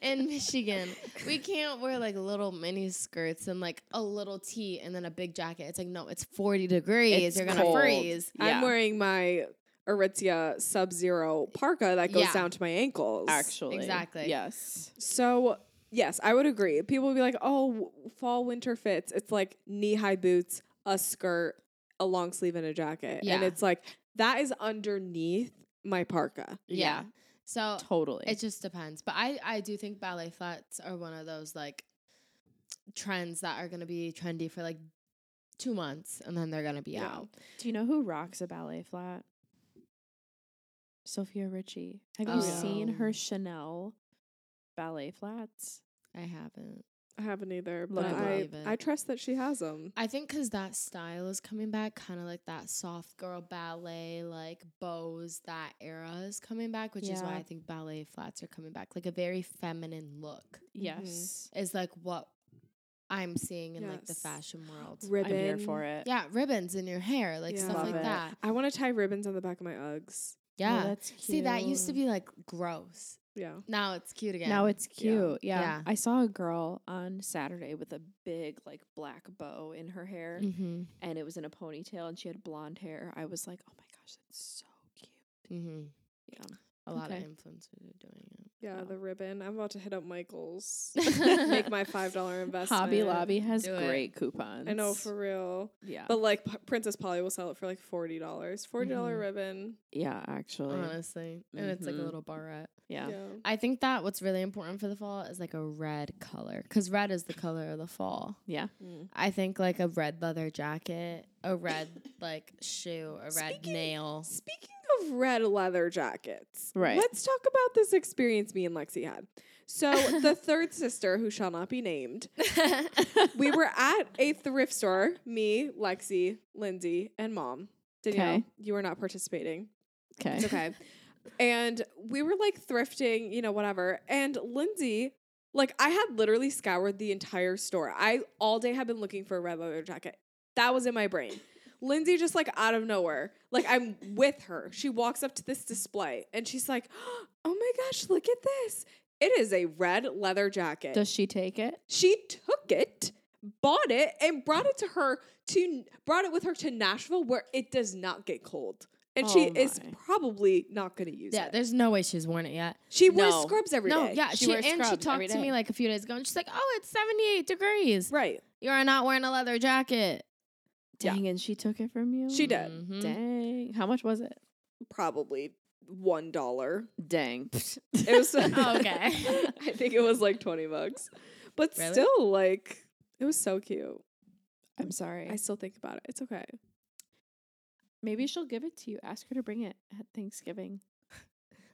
[SPEAKER 2] in Michigan, we can't wear like little mini skirts and like a little tee and then a big jacket. It's like no, it's 40 degrees.
[SPEAKER 3] It's
[SPEAKER 2] you're going to
[SPEAKER 3] cold.
[SPEAKER 2] freeze.
[SPEAKER 3] Yeah.
[SPEAKER 4] I'm wearing my Aritzia Sub Zero parka that goes
[SPEAKER 2] Yeah.
[SPEAKER 4] down to my ankles.
[SPEAKER 3] Actually.
[SPEAKER 2] Exactly.
[SPEAKER 3] Yes.
[SPEAKER 4] So yes, I would agree. People would be like, "Oh, w- fall winter fits." It's like knee high boots, a skirt, a long sleeve, and a jacket, and
[SPEAKER 2] Yeah.
[SPEAKER 4] it's like that is underneath my parka.
[SPEAKER 2] Yeah. So
[SPEAKER 3] Totally.
[SPEAKER 2] It just depends. But I, I do think ballet flats are one of those like trends that are going to be trendy for like two months and then they're going to be
[SPEAKER 4] Yeah.
[SPEAKER 2] out.
[SPEAKER 3] Do you know who rocks a ballet flat? Sophia Richie. Have you seen her
[SPEAKER 2] Oh.
[SPEAKER 3] Chanel ballet flats?
[SPEAKER 2] I haven't.
[SPEAKER 4] I haven't either,
[SPEAKER 3] Look
[SPEAKER 4] but
[SPEAKER 3] them
[SPEAKER 4] I,
[SPEAKER 2] up.
[SPEAKER 4] I trust that she has them.
[SPEAKER 2] I think because that style is coming back, kind of like that soft girl ballet, like bows, that era is coming back, which is why
[SPEAKER 3] Yeah.
[SPEAKER 2] I think ballet flats are coming back. Like a very feminine look
[SPEAKER 3] Mm-hmm. Yes.
[SPEAKER 2] is like what I'm seeing in like the
[SPEAKER 4] Yes.
[SPEAKER 2] fashion world.
[SPEAKER 4] Ribbon.
[SPEAKER 3] I'm here for it.
[SPEAKER 2] yeah, ribbons in your hair, like
[SPEAKER 4] Yeah.
[SPEAKER 2] stuff
[SPEAKER 3] Love
[SPEAKER 2] like
[SPEAKER 3] it. Oh,
[SPEAKER 2] that.
[SPEAKER 4] I want to tie ribbons on the back of my Uggs.
[SPEAKER 2] Yeah.
[SPEAKER 3] that's cute.
[SPEAKER 2] See, that used to be like gross.
[SPEAKER 4] Yeah.
[SPEAKER 2] Now it's cute again.
[SPEAKER 3] Now it's
[SPEAKER 4] Yeah.
[SPEAKER 3] cute. Yeah.
[SPEAKER 2] Yeah.
[SPEAKER 3] I saw a girl on Saturday with a big like black bow in her hair
[SPEAKER 2] Mm-hmm.
[SPEAKER 3] and it was in a ponytail and she had blonde hair. I was like, "Oh my gosh, that's so cute."
[SPEAKER 2] Mm-hmm.
[SPEAKER 3] Yeah.
[SPEAKER 2] A lot of
[SPEAKER 3] Okay.
[SPEAKER 2] influencers are doing it.
[SPEAKER 4] Yeah,
[SPEAKER 3] Yeah.
[SPEAKER 4] the ribbon. I'm about to hit up Michael's. Make my five dollar investment.
[SPEAKER 3] Hobby Lobby has
[SPEAKER 2] Do it.
[SPEAKER 3] great coupons.
[SPEAKER 4] I know for real,
[SPEAKER 3] yeah.
[SPEAKER 4] but like P- Princess Polly will sell it for like forty dollars. Forty
[SPEAKER 3] Mm.
[SPEAKER 2] Mhm.
[SPEAKER 4] ribbon.
[SPEAKER 3] yeah, actually.
[SPEAKER 2] Honestly. And it's like a
[SPEAKER 3] Mhm.
[SPEAKER 2] little barrette.
[SPEAKER 3] yeah.
[SPEAKER 2] I think that what's really important for the fall is like a red color because red is the color of the fall.
[SPEAKER 3] Yeah.
[SPEAKER 2] I think like a red leather jacket, a red like shoe, a red
[SPEAKER 4] Speaking-
[SPEAKER 2] nail.
[SPEAKER 4] Speaking of red leather jackets,
[SPEAKER 3] Right.
[SPEAKER 4] Let's talk about this experience me and Lexi had. So the third sister, who shall not be named, we were at a thrift store. Me, Lexi, Lindsay, and Mom. Danielle,
[SPEAKER 3] Okay.
[SPEAKER 4] you are not participating.
[SPEAKER 3] Okay.
[SPEAKER 4] It's okay. and we were like thrifting, you know, whatever. And Lindsay, like, I had literally scoured the entire store. I all day had been looking for a red leather jacket. That was in my brain. Lindsay just like out of nowhere, like I'm with her. She walks up to this display and she's like, "Oh my gosh, look at this! It is a red leather jacket."
[SPEAKER 3] Does she take it?
[SPEAKER 4] She took it, bought it, and brought it to her to brought it with her to Nashville where it does not get cold. And she
[SPEAKER 3] Oh
[SPEAKER 4] is
[SPEAKER 3] my.
[SPEAKER 4] probably not going to use
[SPEAKER 2] yeah,
[SPEAKER 4] it.
[SPEAKER 2] there's no way she's worn it yet.
[SPEAKER 4] She wears
[SPEAKER 3] No.
[SPEAKER 4] scrubs every day.
[SPEAKER 2] no, yeah,
[SPEAKER 3] She
[SPEAKER 2] she, and
[SPEAKER 3] wears
[SPEAKER 2] she
[SPEAKER 3] scrubs every
[SPEAKER 2] talked to me
[SPEAKER 3] day.
[SPEAKER 2] like a few days ago, and she's like, "Oh, it's 78 degrees.
[SPEAKER 4] Right.
[SPEAKER 2] You are not wearing a leather jacket."
[SPEAKER 4] Yeah.
[SPEAKER 3] Dang, and she took it from you?
[SPEAKER 4] She did.
[SPEAKER 2] Mhm.
[SPEAKER 3] Dang. How much was it?
[SPEAKER 4] Probably one dollar.
[SPEAKER 3] Dang.
[SPEAKER 4] It was
[SPEAKER 2] Oh, Okay.
[SPEAKER 4] I think it was like twenty bucks, but
[SPEAKER 2] Really?
[SPEAKER 4] still, like it was so cute.
[SPEAKER 3] I'm sorry.
[SPEAKER 4] I still think about it. It's okay.
[SPEAKER 3] Maybe she'll give it to you. Ask her to bring it at Thanksgiving.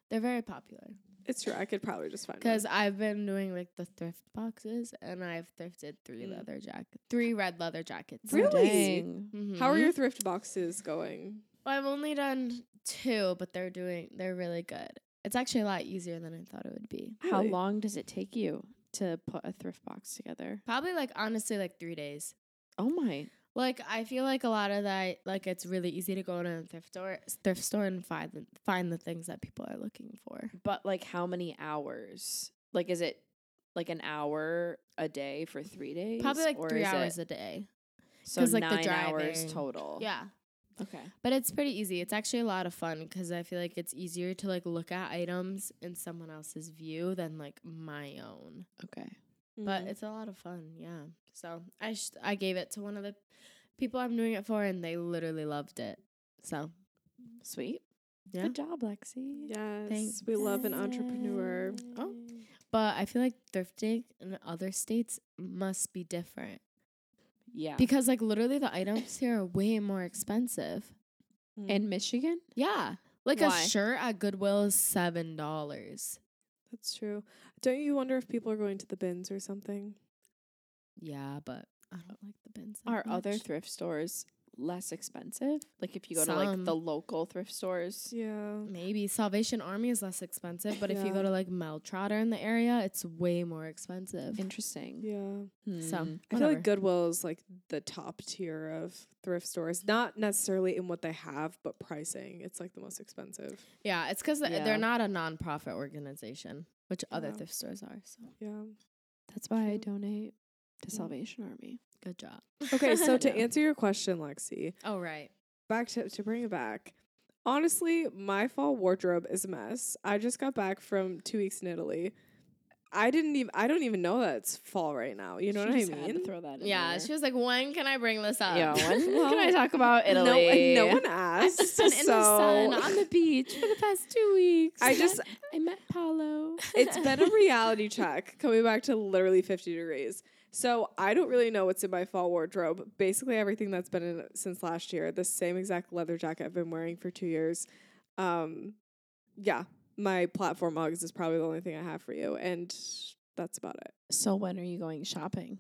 [SPEAKER 2] They're very popular
[SPEAKER 4] It's true. I could probably just find
[SPEAKER 2] because
[SPEAKER 4] it.
[SPEAKER 2] I've been doing like the thrift boxes, and I've thrifted three
[SPEAKER 4] Mm.
[SPEAKER 2] leather jacket, three red leather jackets.
[SPEAKER 4] Really? How are
[SPEAKER 2] Mhm.
[SPEAKER 4] your thrift boxes going?
[SPEAKER 2] I've only done two, but they're doing they're really good. It's actually a lot easier than I thought it would be.
[SPEAKER 3] How
[SPEAKER 4] Really?
[SPEAKER 3] long does it take you to put a thrift box together?
[SPEAKER 2] Probably like honestly like three days.
[SPEAKER 3] Oh my.
[SPEAKER 2] Like I feel like a lot of that like it's really easy to go to a thrift store thrift store and find the, find the things that people are looking for.
[SPEAKER 3] But like how many hours? Like is it like an hour a day for three days?
[SPEAKER 2] Probably like
[SPEAKER 3] Or
[SPEAKER 2] three
[SPEAKER 3] is
[SPEAKER 2] hours
[SPEAKER 3] It,
[SPEAKER 2] a day.
[SPEAKER 3] so
[SPEAKER 2] 'cause, like, the
[SPEAKER 3] nine hours
[SPEAKER 2] driving.
[SPEAKER 3] total.
[SPEAKER 2] Yeah,
[SPEAKER 3] Okay.
[SPEAKER 2] but it's pretty easy. It's actually a lot of fun because I feel like it's easier to like look at items in someone else's view than like my own.
[SPEAKER 3] Okay.
[SPEAKER 4] Mm-hmm.
[SPEAKER 2] but it's a lot of fun yeah so i sh- i gave it to one of the people i'm doing it for and they literally loved it so
[SPEAKER 3] Sweet.
[SPEAKER 2] Yeah.
[SPEAKER 3] Good job, Lexi.
[SPEAKER 4] yes,
[SPEAKER 2] Thanks.
[SPEAKER 4] we love an entrepreneur.
[SPEAKER 2] Oh. but i feel like thrifting in other states must be different
[SPEAKER 3] Yeah.
[SPEAKER 2] because like literally the items here are way more expensive
[SPEAKER 4] Mm-hmm.
[SPEAKER 3] in Michigan?
[SPEAKER 2] yeah like
[SPEAKER 3] Why?
[SPEAKER 2] a shirt at goodwill is seven dollars
[SPEAKER 4] That's true. Don't you wonder if people are going to the bins or something?
[SPEAKER 2] yeah but i don't like the bins that
[SPEAKER 3] Are other
[SPEAKER 2] much.
[SPEAKER 3] thrift stores less expensive? Like if you go to like the
[SPEAKER 2] Some.
[SPEAKER 3] local thrift stores.
[SPEAKER 4] Yeah.
[SPEAKER 2] Maybe Salvation Army is less expensive, but if you
[SPEAKER 4] Yeah.
[SPEAKER 2] go to like Mel Trotter in the area, it's way more expensive.
[SPEAKER 3] Interesting.
[SPEAKER 4] Yeah.
[SPEAKER 2] So
[SPEAKER 3] Hmm.
[SPEAKER 4] I feel like Goodwill is like the top tier of thrift stores. Not necessarily in what they have, but pricing. It's like the most expensive.
[SPEAKER 2] Yeah, it's because
[SPEAKER 3] Yeah.
[SPEAKER 2] they're not a nonprofit organization, which other
[SPEAKER 4] Yeah.
[SPEAKER 2] thrift stores are. So
[SPEAKER 4] Yeah.
[SPEAKER 3] That's why I donate to
[SPEAKER 4] Mm.
[SPEAKER 3] Salvation Army.
[SPEAKER 2] good job.
[SPEAKER 4] Okay, so to
[SPEAKER 3] Yeah.
[SPEAKER 4] answer your question, Lexi,
[SPEAKER 2] oh right,
[SPEAKER 4] back to to bring it back. Honestly, my fall wardrobe is a mess. I just got back from two weeks in Italy. I didn't even I don't even know that it's fall right now. You know
[SPEAKER 3] She just
[SPEAKER 4] what I
[SPEAKER 3] had to
[SPEAKER 4] mean?
[SPEAKER 3] throw that in
[SPEAKER 2] yeah.
[SPEAKER 3] there.
[SPEAKER 2] She was like, "When can I bring this up?"
[SPEAKER 3] yeah. When
[SPEAKER 4] Well,
[SPEAKER 3] can I talk about
[SPEAKER 4] No,
[SPEAKER 3] Italy?
[SPEAKER 4] no
[SPEAKER 2] I've
[SPEAKER 4] one asked.
[SPEAKER 2] just been in the sun
[SPEAKER 4] so-
[SPEAKER 2] on the beach for the past two weeks.
[SPEAKER 4] I just
[SPEAKER 3] I met Paolo.
[SPEAKER 4] it's been a reality check coming back to literally 50 degrees. So I don't really know what's in my fall wardrobe. Basically everything that's been in it since last year. The same exact leather jacket I've been wearing for two years. Um, yeah, my platform Uggs is probably the only thing I have for you, and that's about it.
[SPEAKER 3] So when are you going shopping?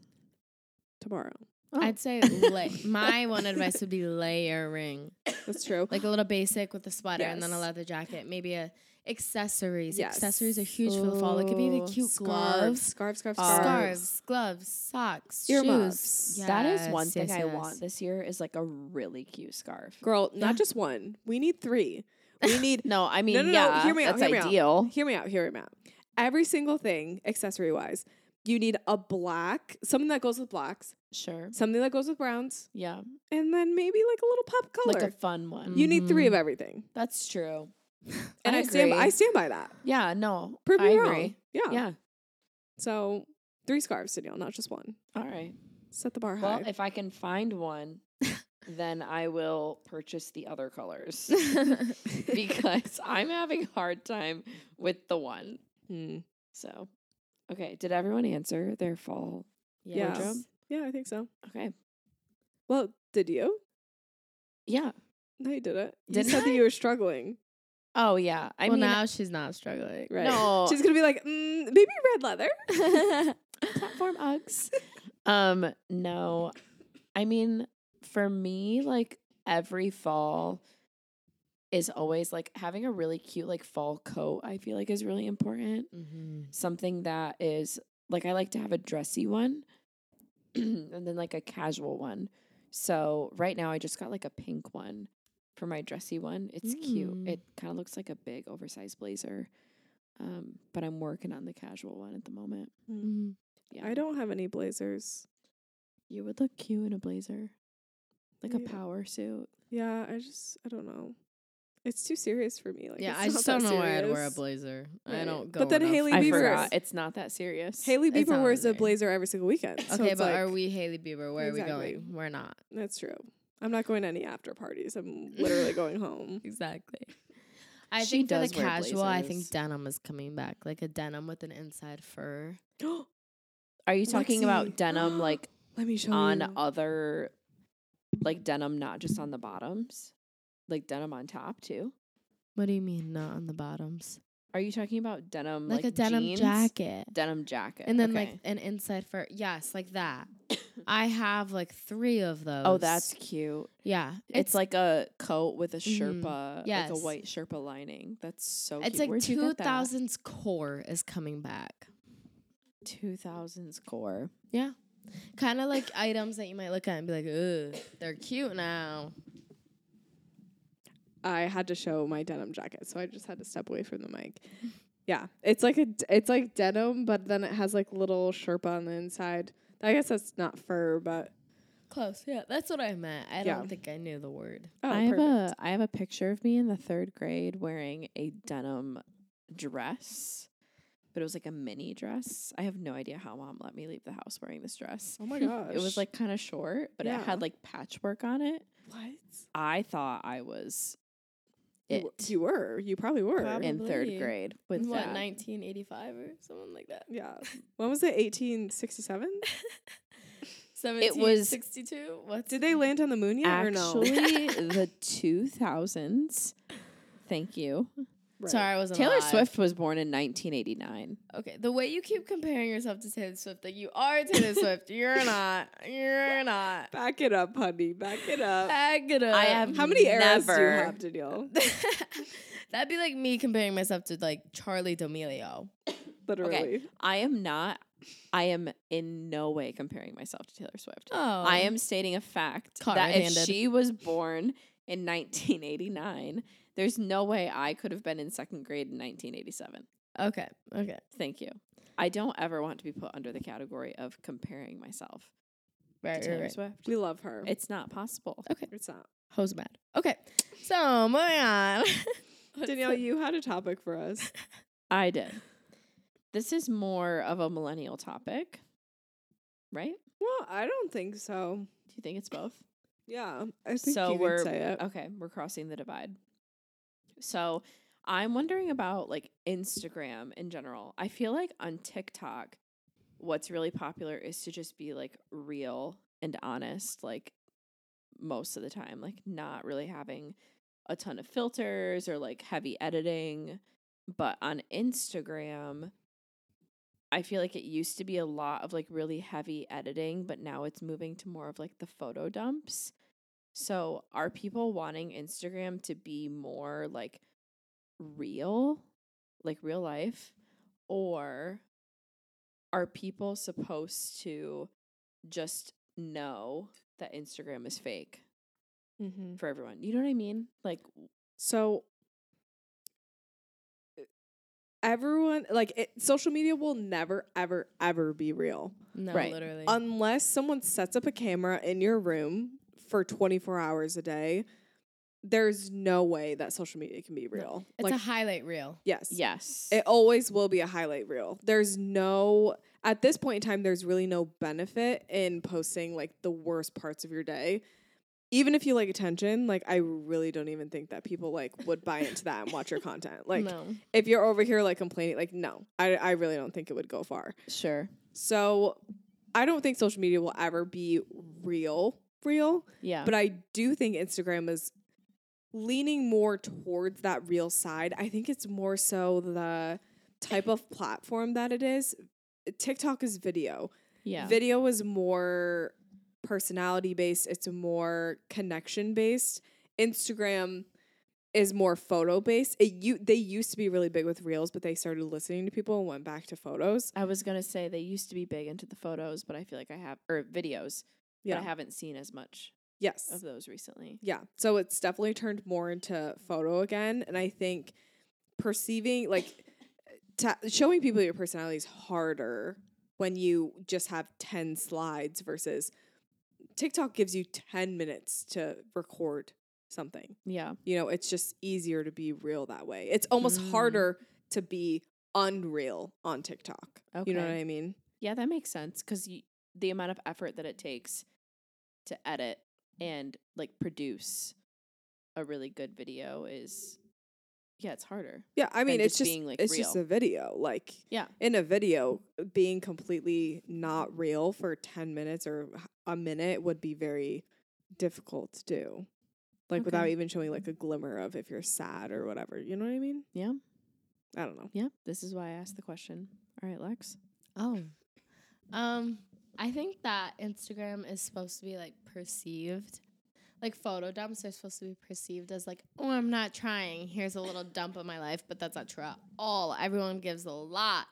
[SPEAKER 4] tomorrow.
[SPEAKER 3] Oh.
[SPEAKER 2] I'd say la- my one advice would be layering,
[SPEAKER 4] That's true.
[SPEAKER 2] like a little basic with a sweater and then a
[SPEAKER 4] Yes.
[SPEAKER 2] leather jacket, maybe a accessories.
[SPEAKER 4] Yes.
[SPEAKER 2] Accessories are huge for the fall. It could be the
[SPEAKER 3] Ooh,
[SPEAKER 2] cute
[SPEAKER 4] scarves,
[SPEAKER 2] gloves,
[SPEAKER 4] scarves, scarves,
[SPEAKER 3] Scarves.
[SPEAKER 2] scarves, gloves, socks,
[SPEAKER 4] Earmuffs.
[SPEAKER 2] shoes.
[SPEAKER 3] that is one
[SPEAKER 2] Yes,
[SPEAKER 3] thing
[SPEAKER 2] yes,
[SPEAKER 3] I
[SPEAKER 2] yes.
[SPEAKER 3] want this year is like a really cute scarf.
[SPEAKER 4] Girl, not
[SPEAKER 2] Yeah.
[SPEAKER 4] just one. We need three. We need.
[SPEAKER 3] No, I mean,
[SPEAKER 4] no, no,
[SPEAKER 3] yeah,
[SPEAKER 4] hear me out,
[SPEAKER 3] that's
[SPEAKER 4] hear me out.
[SPEAKER 3] ideal.
[SPEAKER 4] Hear me out. Hear me out. Every single thing, accessory wise, you need a black, something that goes with blacks,
[SPEAKER 3] Sure.
[SPEAKER 4] something that goes with browns,
[SPEAKER 3] Yeah.
[SPEAKER 4] and then maybe like a little pop color.
[SPEAKER 3] Like a Mm-hmm. fun one.
[SPEAKER 4] you need three of everything,
[SPEAKER 3] That's true.
[SPEAKER 4] and I, stand. I stand by that.
[SPEAKER 3] Yeah, no.
[SPEAKER 4] Prove
[SPEAKER 3] I
[SPEAKER 4] me
[SPEAKER 3] agree.
[SPEAKER 4] wrong. Yeah.
[SPEAKER 3] Yeah.
[SPEAKER 4] So three scarves, Danielle, not just one.
[SPEAKER 3] All right.
[SPEAKER 4] Set the bar
[SPEAKER 3] Well,
[SPEAKER 4] high.
[SPEAKER 3] if I can find one, then I will purchase the other colors because I'm having a hard time with the one.
[SPEAKER 4] Hmm.
[SPEAKER 3] So, okay. Did everyone answer their fall?
[SPEAKER 2] Yes.
[SPEAKER 3] wardrobe.
[SPEAKER 4] Yeah, I think so.
[SPEAKER 3] Okay.
[SPEAKER 4] Well, did you?
[SPEAKER 3] Yeah.
[SPEAKER 4] No, you didn't. You
[SPEAKER 3] Didn't
[SPEAKER 4] said
[SPEAKER 3] I?
[SPEAKER 4] that you were struggling,
[SPEAKER 3] Oh, yeah. I
[SPEAKER 2] well,
[SPEAKER 3] mean,
[SPEAKER 2] now she's not struggling.
[SPEAKER 4] right?
[SPEAKER 3] No.
[SPEAKER 4] She's gonna be like, mm, maybe red leather.
[SPEAKER 3] platform Uggs. um, no. I mean, for me, like every fall is always like having a really cute like fall coat, I feel like is really important.
[SPEAKER 2] Mm-hmm.
[SPEAKER 3] Something that is like I like to have a dressy one and then like a casual one. So right now I just got like a pink one for my dressy one. It's cute.
[SPEAKER 2] Mm.
[SPEAKER 3] It kind of looks like a big oversized blazer. Um, but I'm working on the casual one at the moment.
[SPEAKER 2] Mhm.
[SPEAKER 3] Yeah.
[SPEAKER 4] I don't have any blazers.
[SPEAKER 3] You would look cute in a blazer, like a
[SPEAKER 4] Yeah.
[SPEAKER 3] power suit.
[SPEAKER 4] Yeah, I just I don't know. It's too serious for me. Like
[SPEAKER 2] yeah,
[SPEAKER 4] it's
[SPEAKER 2] I
[SPEAKER 4] not
[SPEAKER 2] just
[SPEAKER 4] that
[SPEAKER 2] don't know why I'd wear a
[SPEAKER 4] serious.
[SPEAKER 2] blazer. I
[SPEAKER 4] Right.
[SPEAKER 2] don't go.
[SPEAKER 4] But then
[SPEAKER 2] enough
[SPEAKER 4] Hailey
[SPEAKER 2] for
[SPEAKER 3] I
[SPEAKER 4] Bieber
[SPEAKER 2] blazer.
[SPEAKER 4] is-
[SPEAKER 3] forgot it's not that serious.
[SPEAKER 4] Haley
[SPEAKER 2] It's
[SPEAKER 4] Bieber
[SPEAKER 2] not
[SPEAKER 4] wears a
[SPEAKER 2] there.
[SPEAKER 4] blazer every single weekend. So
[SPEAKER 2] okay,
[SPEAKER 4] it's
[SPEAKER 2] but
[SPEAKER 4] like,
[SPEAKER 2] are we Haley Bieber? Where are we
[SPEAKER 4] Exactly.
[SPEAKER 2] going? We're not.
[SPEAKER 4] That's true. I'm not going to any after parties. I'm literally going home.
[SPEAKER 2] Exactly. I
[SPEAKER 3] She
[SPEAKER 2] think for the
[SPEAKER 3] does wear
[SPEAKER 2] casual, I
[SPEAKER 3] blazers.
[SPEAKER 2] think denim is coming back, like a denim with an inside fur.
[SPEAKER 3] Are you talking
[SPEAKER 4] Lexi.
[SPEAKER 3] about denim like
[SPEAKER 4] Let me show
[SPEAKER 3] on
[SPEAKER 4] you.
[SPEAKER 3] other, like denim not just on the bottoms, like denim on top too?
[SPEAKER 2] What do you mean, not on the bottoms?
[SPEAKER 3] Are you talking about denim
[SPEAKER 2] Like, a denim
[SPEAKER 3] jeans?
[SPEAKER 2] jacket,
[SPEAKER 3] Denim jacket,
[SPEAKER 2] and then
[SPEAKER 3] okay.
[SPEAKER 2] like an inside fur. Yes, like that. I have like three of those.
[SPEAKER 3] oh, that's cute.
[SPEAKER 2] yeah.
[SPEAKER 3] It's, like a coat with a
[SPEAKER 2] Mhm.
[SPEAKER 3] sherpa,
[SPEAKER 2] Yes.
[SPEAKER 3] like a white sherpa lining. That's so.
[SPEAKER 2] it's
[SPEAKER 3] cute.
[SPEAKER 2] like
[SPEAKER 3] Where'd you
[SPEAKER 2] two
[SPEAKER 3] get that?
[SPEAKER 2] thousands core is coming back.
[SPEAKER 3] 2000s core.
[SPEAKER 2] Yeah. Kind of like items that you might look at and be like, ugh, they're cute now.
[SPEAKER 4] I had to show my denim jacket, so I just had to step away from the mic. Yeah, it's like a d- it's like denim, but then it has like little sherpa on the inside. I guess that's not fur, but
[SPEAKER 2] Close. Yeah, that's what I meant. I
[SPEAKER 4] Yeah.
[SPEAKER 2] don't think I knew the word.
[SPEAKER 4] oh,
[SPEAKER 3] I have
[SPEAKER 4] perfect.
[SPEAKER 3] a I have a picture of me in the third grade wearing a denim dress, but it was like a mini dress. I have no idea how mom let me leave the house wearing this dress.
[SPEAKER 4] oh my gosh,
[SPEAKER 3] It was like kind of short, but
[SPEAKER 4] Yeah.
[SPEAKER 3] it had like patchwork on it.
[SPEAKER 4] what
[SPEAKER 3] I thought I was
[SPEAKER 4] You
[SPEAKER 3] it
[SPEAKER 4] w- you were, you probably were.
[SPEAKER 2] Prob-
[SPEAKER 3] in third
[SPEAKER 2] Probably.
[SPEAKER 3] grade with
[SPEAKER 2] what,
[SPEAKER 3] that.
[SPEAKER 2] 1985 or something like that?
[SPEAKER 4] yeah, when was it? Eighteen sixty-seven.
[SPEAKER 2] 1762? What's
[SPEAKER 4] Did they land on the moon yet or no?
[SPEAKER 3] Actually, the two thousands. Thank you.
[SPEAKER 4] Right.
[SPEAKER 2] Sorry, I wasn't
[SPEAKER 3] Taylor
[SPEAKER 2] alive.
[SPEAKER 3] Swift was born in 1989.
[SPEAKER 2] Okay, the way you keep comparing yourself to Taylor Swift, like you are Taylor Swift, you're not, you're not.
[SPEAKER 4] Back it up, honey. Back it up.
[SPEAKER 2] Agatha.
[SPEAKER 3] I have
[SPEAKER 4] How many eras do you
[SPEAKER 3] never-
[SPEAKER 4] have, Danielle?
[SPEAKER 2] That'd be like me comparing myself to like Charlie D'Amelio.
[SPEAKER 4] Literally.
[SPEAKER 3] I am not. I am in no way comparing myself to Taylor Swift.
[SPEAKER 2] Oh,
[SPEAKER 3] I am stating a fact
[SPEAKER 2] Caught
[SPEAKER 3] that if
[SPEAKER 2] red-handed.
[SPEAKER 3] she was born in 1989, there's no way I could have been in second grade in 1987.
[SPEAKER 2] okay. Okay,
[SPEAKER 3] Thank you. I don't ever want to be put under the category of comparing myself to
[SPEAKER 2] right, right,
[SPEAKER 3] Taylor
[SPEAKER 2] right.
[SPEAKER 3] Swift.
[SPEAKER 4] We love her.
[SPEAKER 3] It's not possible.
[SPEAKER 4] it's not.
[SPEAKER 2] Hose mad. Okay, so moving on. What's
[SPEAKER 4] Danielle,
[SPEAKER 2] the-
[SPEAKER 4] you had a topic for us.
[SPEAKER 3] I did. This is more of a millennial topic, right?
[SPEAKER 4] well, I don't think so.
[SPEAKER 3] Do you think it's both?
[SPEAKER 4] Yeah, I think
[SPEAKER 3] So
[SPEAKER 4] you
[SPEAKER 3] we're-
[SPEAKER 4] could say it.
[SPEAKER 3] Uh, Okay, we're crossing the divide. So I'm wondering about like Instagram in general. I feel like on TikTok, what's really popular is to just be like real and honest, like most of the time, like not really having a ton of filters or like heavy editing. But on Instagram, I feel like it used to be a lot of like really heavy editing, but now it's moving to more of like the photo dumps. So are people wanting Instagram to be more like real, like real life, or are people supposed to just know that Instagram is fake
[SPEAKER 2] Mm-hmm.
[SPEAKER 3] for everyone? You know what I mean? Like
[SPEAKER 4] So everyone like it, social media will never ever ever be real
[SPEAKER 2] No,
[SPEAKER 3] Right.
[SPEAKER 2] literally.
[SPEAKER 4] unless someone sets up a camera in your room for 24 hours a day. There's no way that social media can be real.
[SPEAKER 2] it's
[SPEAKER 4] like
[SPEAKER 2] a highlight reel.
[SPEAKER 4] yes.
[SPEAKER 3] yes.
[SPEAKER 4] It always will be a highlight reel. There's no at this point in time there's really no benefit in posting like the worst parts of your day. Even if you like attention, like I really don't even think that people like would buy into that and watch your content. Like
[SPEAKER 2] no.
[SPEAKER 4] if you're over here like complaining, like no. I I really don't think it would go far.
[SPEAKER 3] sure.
[SPEAKER 4] So I don't think social media will ever be real real,
[SPEAKER 3] Yeah.
[SPEAKER 4] but I do think Instagram is leaning more towards that real side. I think it's more so the type of platform that it is. TikTok is video.
[SPEAKER 3] yeah.
[SPEAKER 4] Video is more personality based, it's more connection based. Instagram is more photo based. It you they used to be really big with reels, but they started listening to people and went back to photos.
[SPEAKER 3] I was gonna say they used to be big into the photos, but I feel like I have or videos,
[SPEAKER 4] Yeah.
[SPEAKER 3] but I haven't seen as much
[SPEAKER 4] yes.
[SPEAKER 3] of those recently.
[SPEAKER 4] Yeah. So it's definitely turned more into photo again. And I think perceiving, like, ta- showing people your personality is harder when you just have 10 slides versus TikTok gives you 10 minutes to record something.
[SPEAKER 3] Yeah,
[SPEAKER 4] You know, it's just easier to be real that way. It's almost
[SPEAKER 3] Mm.
[SPEAKER 4] harder to be unreal on TikTok. You know what
[SPEAKER 3] Okay.
[SPEAKER 4] I mean?
[SPEAKER 3] yeah, that makes sense because the amount of effort that it takes to edit and like produce a really good video is, yeah, it's harder.
[SPEAKER 4] Yeah, I mean,
[SPEAKER 3] and
[SPEAKER 4] it's
[SPEAKER 3] just
[SPEAKER 4] just
[SPEAKER 3] being, like,
[SPEAKER 4] it's just
[SPEAKER 3] real.
[SPEAKER 4] a video. Like
[SPEAKER 3] Yeah.
[SPEAKER 4] in a video, being completely not real for ten minutes or h- a minute would be very difficult to do. Like
[SPEAKER 3] Okay.
[SPEAKER 4] without even showing like a glimmer of if you're sad or whatever. You know what I mean?
[SPEAKER 3] Yeah,
[SPEAKER 4] I don't know.
[SPEAKER 3] yeah. This is why I asked the question. All right, Lex.
[SPEAKER 2] Oh. Um, I think that Instagram is supposed to be like perceived. Like photo dumps are supposed to be perceived as like, oh, I'm not trying. Here's a little dump of my life, but that's not true at all. Everyone gives a lot.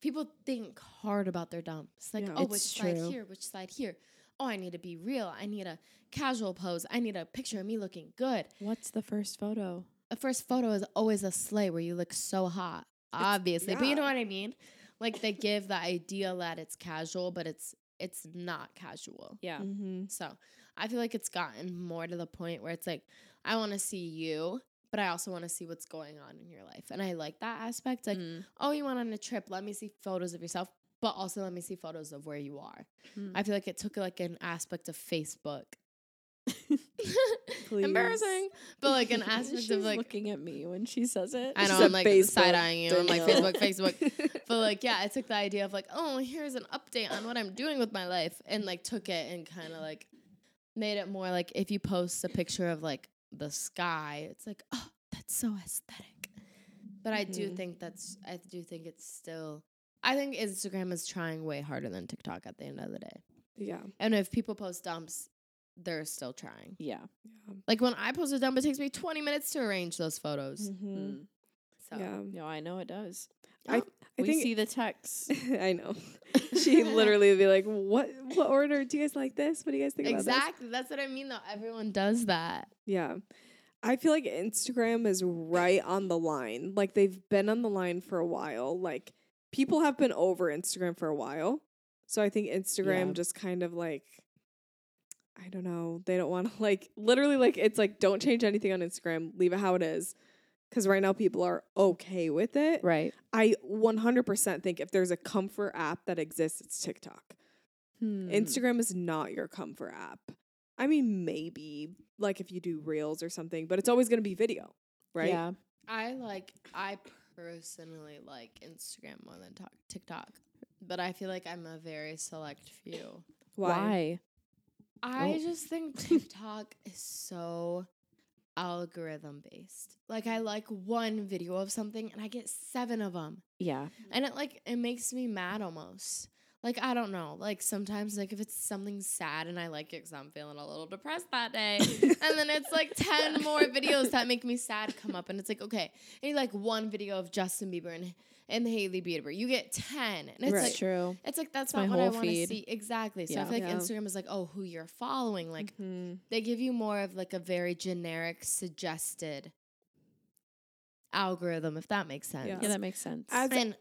[SPEAKER 2] People think hard about their dumps. Like,
[SPEAKER 4] Yeah.
[SPEAKER 2] oh,
[SPEAKER 4] It's
[SPEAKER 2] which slide
[SPEAKER 4] true.
[SPEAKER 2] here, which slide here. Oh, I need to be real. I need a casual pose. I need a picture of me looking good.
[SPEAKER 3] What's the first photo?
[SPEAKER 2] A first photo is always a sleigh where you look so hot, obviously. But you know
[SPEAKER 4] yeah.
[SPEAKER 2] what I mean? Like they give the idea that it's casual, but it's it's not casual.
[SPEAKER 3] Yeah,
[SPEAKER 4] Mm-hmm.
[SPEAKER 2] So I feel like it's gotten more to the point where it's like, I wanna see you, but I also wanna see what's going on in your life. And I like that aspect. Like, oh, you went on a trip, let me see photos of yourself, but also let me see photos of where you are. I feel like it took like an aspect of Facebook. Embarrassing. But like an aspect of like
[SPEAKER 3] looking at me when she says it.
[SPEAKER 2] I know
[SPEAKER 4] said
[SPEAKER 2] I'm like
[SPEAKER 4] Facebook,
[SPEAKER 2] side eyeing you. I'm like
[SPEAKER 4] Danielle.
[SPEAKER 2] Facebook, Facebook. But like, yeah, I took the idea of like, oh, here's an update on what I'm doing with my life, and like took it and kind of like made it more like if you post a picture of like the sky, it's like, oh, that's so aesthetic. But I do
[SPEAKER 4] Mhm.
[SPEAKER 2] think that's I do think it's still I think Instagram is trying way harder than TikTok at the end of the day.
[SPEAKER 4] yeah.
[SPEAKER 2] And if people post dumps, they're still trying.
[SPEAKER 3] Yeah.
[SPEAKER 4] Yeah.
[SPEAKER 2] Like when I post a dump, it takes me 20 minutes to arrange those photos.
[SPEAKER 4] Mhm.
[SPEAKER 3] Mm.
[SPEAKER 2] So
[SPEAKER 4] Yeah.
[SPEAKER 3] No, I know it does.
[SPEAKER 4] I,
[SPEAKER 2] Yeah.
[SPEAKER 4] I
[SPEAKER 3] we
[SPEAKER 4] think
[SPEAKER 3] see the texts.
[SPEAKER 4] I know. She literally would be like, "What? What order? Do you guys like this? What do you guys think about this?"
[SPEAKER 2] Exactly. That's what I mean, though. Everyone does that.
[SPEAKER 4] Yeah. I feel like Instagram is right on the line. Like they've been on the line for a while. Like people have been over Instagram for a while. So I think Instagram
[SPEAKER 3] Yeah.
[SPEAKER 4] just kind of like I don't know. They don't want to like literally like it's like don't change anything on Instagram. Leave it how it is. Cuz right now people are okay with it.
[SPEAKER 3] Right.
[SPEAKER 4] I 100% think if there's a comfort app that exists, it's TikTok.
[SPEAKER 3] Hmm. Mm.
[SPEAKER 4] Instagram is not your comfort app. I mean, maybe like if you do reels or something, but it's always going to be video, right?
[SPEAKER 3] Yeah.
[SPEAKER 2] I like, I personally like Instagram more than Tok- TikTok, but I feel like I'm a very select few.
[SPEAKER 4] Why?
[SPEAKER 2] I
[SPEAKER 3] Oh.
[SPEAKER 2] just think TikTok is so algorithm based. Like I like one video of something and I get seven of them.
[SPEAKER 3] Yeah.
[SPEAKER 2] And it like it makes me mad almost. Like I don't know. Like sometimes like if it's something sad and I like it cuz I'm feeling a little depressed that day. and then it's like 10 more videos that make me sad come up and it's like okay. And you like one video of Justin Bieber and and Haley Bieber. You get 10. And it's
[SPEAKER 4] Right.
[SPEAKER 2] like
[SPEAKER 3] true.
[SPEAKER 2] it's like that's
[SPEAKER 3] my
[SPEAKER 2] not what I
[SPEAKER 3] whole
[SPEAKER 2] want to
[SPEAKER 3] feed.
[SPEAKER 2] see. Exactly. So I
[SPEAKER 3] Yeah.
[SPEAKER 2] feel like
[SPEAKER 4] Yeah.
[SPEAKER 2] Instagram is like, oh, who you're following. Like
[SPEAKER 4] Mhm.
[SPEAKER 2] they give you more of like a very generic suggested algorithm, if that makes sense.
[SPEAKER 4] Yeah,
[SPEAKER 3] Yeah, that makes sense.
[SPEAKER 4] As-
[SPEAKER 2] and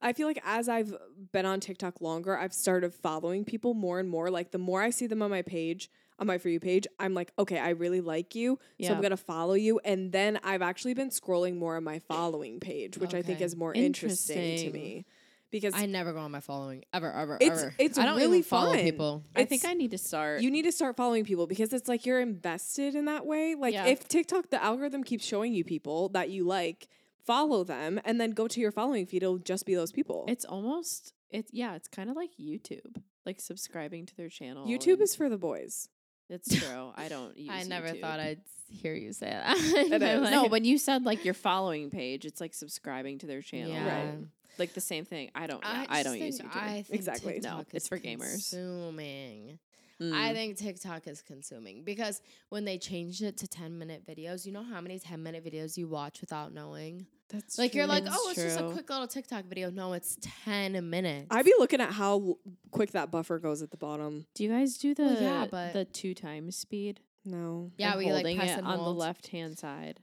[SPEAKER 4] I feel like as I've been on TikTok longer, I've started following people more and more. Like the more I see them on my page, on my for you page, I'm like, okay, I really like you, so I'm
[SPEAKER 3] Yeah.
[SPEAKER 4] gonna follow you. And then I've actually been scrolling more on my following page, which I think
[SPEAKER 2] Okay.
[SPEAKER 4] is more interesting,
[SPEAKER 3] Interesting.
[SPEAKER 4] to me because
[SPEAKER 2] I never go on my following ever, ever,
[SPEAKER 4] It's-
[SPEAKER 2] ever.
[SPEAKER 4] it's
[SPEAKER 2] I don't
[SPEAKER 4] really
[SPEAKER 2] even follow
[SPEAKER 4] fun.
[SPEAKER 2] people.
[SPEAKER 3] I think
[SPEAKER 4] it's-
[SPEAKER 3] I need to start.
[SPEAKER 4] you need to start following people because it's like you're invested in that way. Like
[SPEAKER 3] Yeah.
[SPEAKER 4] if TikTok, the algorithm keeps showing you people that you like, follow them, and then go to your following feed. It'll just be those people.
[SPEAKER 3] it's almost it's yeah, it's kind of like YouTube. Like subscribing to their channel.
[SPEAKER 4] YouTube
[SPEAKER 3] and-
[SPEAKER 4] is for the boys.
[SPEAKER 3] it's true. I don't use
[SPEAKER 2] I never
[SPEAKER 3] YouTube.
[SPEAKER 2] thought I'd s- hear you say that. It
[SPEAKER 4] is.
[SPEAKER 3] No, when you said like your following page, it's like subscribing to their channel.
[SPEAKER 2] Yeah.
[SPEAKER 4] Right.
[SPEAKER 3] Like the same thing. I don't yeah, I,
[SPEAKER 2] just
[SPEAKER 3] don't
[SPEAKER 2] think,
[SPEAKER 3] use YouTube.
[SPEAKER 2] I think
[SPEAKER 4] Exactly. No,
[SPEAKER 2] TikTok
[SPEAKER 3] it's
[SPEAKER 2] is
[SPEAKER 3] for gamers.
[SPEAKER 2] Consuming.
[SPEAKER 3] Mm.
[SPEAKER 2] I think TikTok is consuming because when they changed it to 10 minute videos, you know how many 10 minute videos you watch without knowing?
[SPEAKER 4] That's
[SPEAKER 2] Like you're like,
[SPEAKER 3] It's
[SPEAKER 2] oh, it's just a
[SPEAKER 3] true.
[SPEAKER 2] quick little TikTok video. No, it's 10 minutes.
[SPEAKER 4] I'd be looking at how l- quick that buffer goes at the bottom.
[SPEAKER 3] Do you guys do the
[SPEAKER 2] Well, yeah, but-
[SPEAKER 3] the two times speed?
[SPEAKER 4] No,
[SPEAKER 2] yeah,
[SPEAKER 3] Like,
[SPEAKER 2] we like
[SPEAKER 3] holding
[SPEAKER 2] press
[SPEAKER 3] it
[SPEAKER 2] and
[SPEAKER 3] on the
[SPEAKER 2] hold. Um, uh,
[SPEAKER 3] left hand side.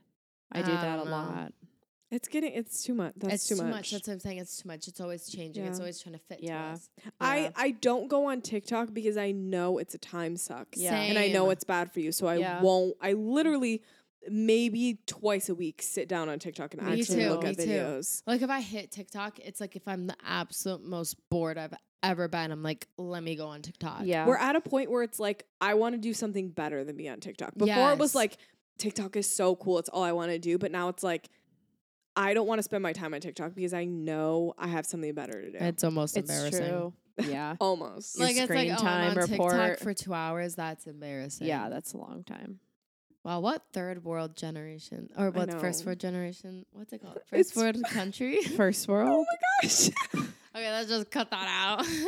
[SPEAKER 3] I do
[SPEAKER 2] I
[SPEAKER 3] that a
[SPEAKER 2] don't know.
[SPEAKER 3] lot.
[SPEAKER 4] it's getting it's too much. That's
[SPEAKER 2] it's too much. That's what I'm saying. It's too much. It's always changing. It's
[SPEAKER 4] Yeah.
[SPEAKER 2] always trying to fit.
[SPEAKER 3] Yeah.
[SPEAKER 2] To us.
[SPEAKER 4] I
[SPEAKER 3] Yeah.
[SPEAKER 4] I don't go on TikTok because I know it's a time suck.
[SPEAKER 3] Yeah.
[SPEAKER 4] and I know
[SPEAKER 2] Same.
[SPEAKER 4] it's bad for you, so I
[SPEAKER 3] Yeah.
[SPEAKER 4] won't. I literally maybe twice a week sit down on TikTok and
[SPEAKER 2] Me
[SPEAKER 4] actually
[SPEAKER 3] too,
[SPEAKER 4] look
[SPEAKER 2] me
[SPEAKER 4] at
[SPEAKER 2] too.
[SPEAKER 4] videos.
[SPEAKER 2] Like if I hit TikTok, it's like if I'm the absolute most bored I've ever been. I'm like, let me go on TikTok.
[SPEAKER 3] Yeah.
[SPEAKER 4] We're at a point where it's like I want to do something better than be on TikTok. Before it was
[SPEAKER 2] Yes.
[SPEAKER 4] like TikTok is so cool, it's all I want to do, but now it's like I don't want to spend my time on TikTok because I know I have something better to do.
[SPEAKER 2] It's almost
[SPEAKER 3] it's
[SPEAKER 2] embarrassing.
[SPEAKER 3] true. Yeah.
[SPEAKER 4] Almost.
[SPEAKER 3] Your
[SPEAKER 2] Like it's like
[SPEAKER 3] screen
[SPEAKER 2] oh, I'm
[SPEAKER 3] time
[SPEAKER 2] on TikTok
[SPEAKER 3] report.
[SPEAKER 2] for two hours. That's embarrassing.
[SPEAKER 3] yeah, that's a long time.
[SPEAKER 2] Oh Wow. What third world generation or what first
[SPEAKER 4] know.
[SPEAKER 2] world generation? What's it called?
[SPEAKER 4] It's-
[SPEAKER 2] First world country. okay,
[SPEAKER 3] First world.
[SPEAKER 2] let's just cut that out.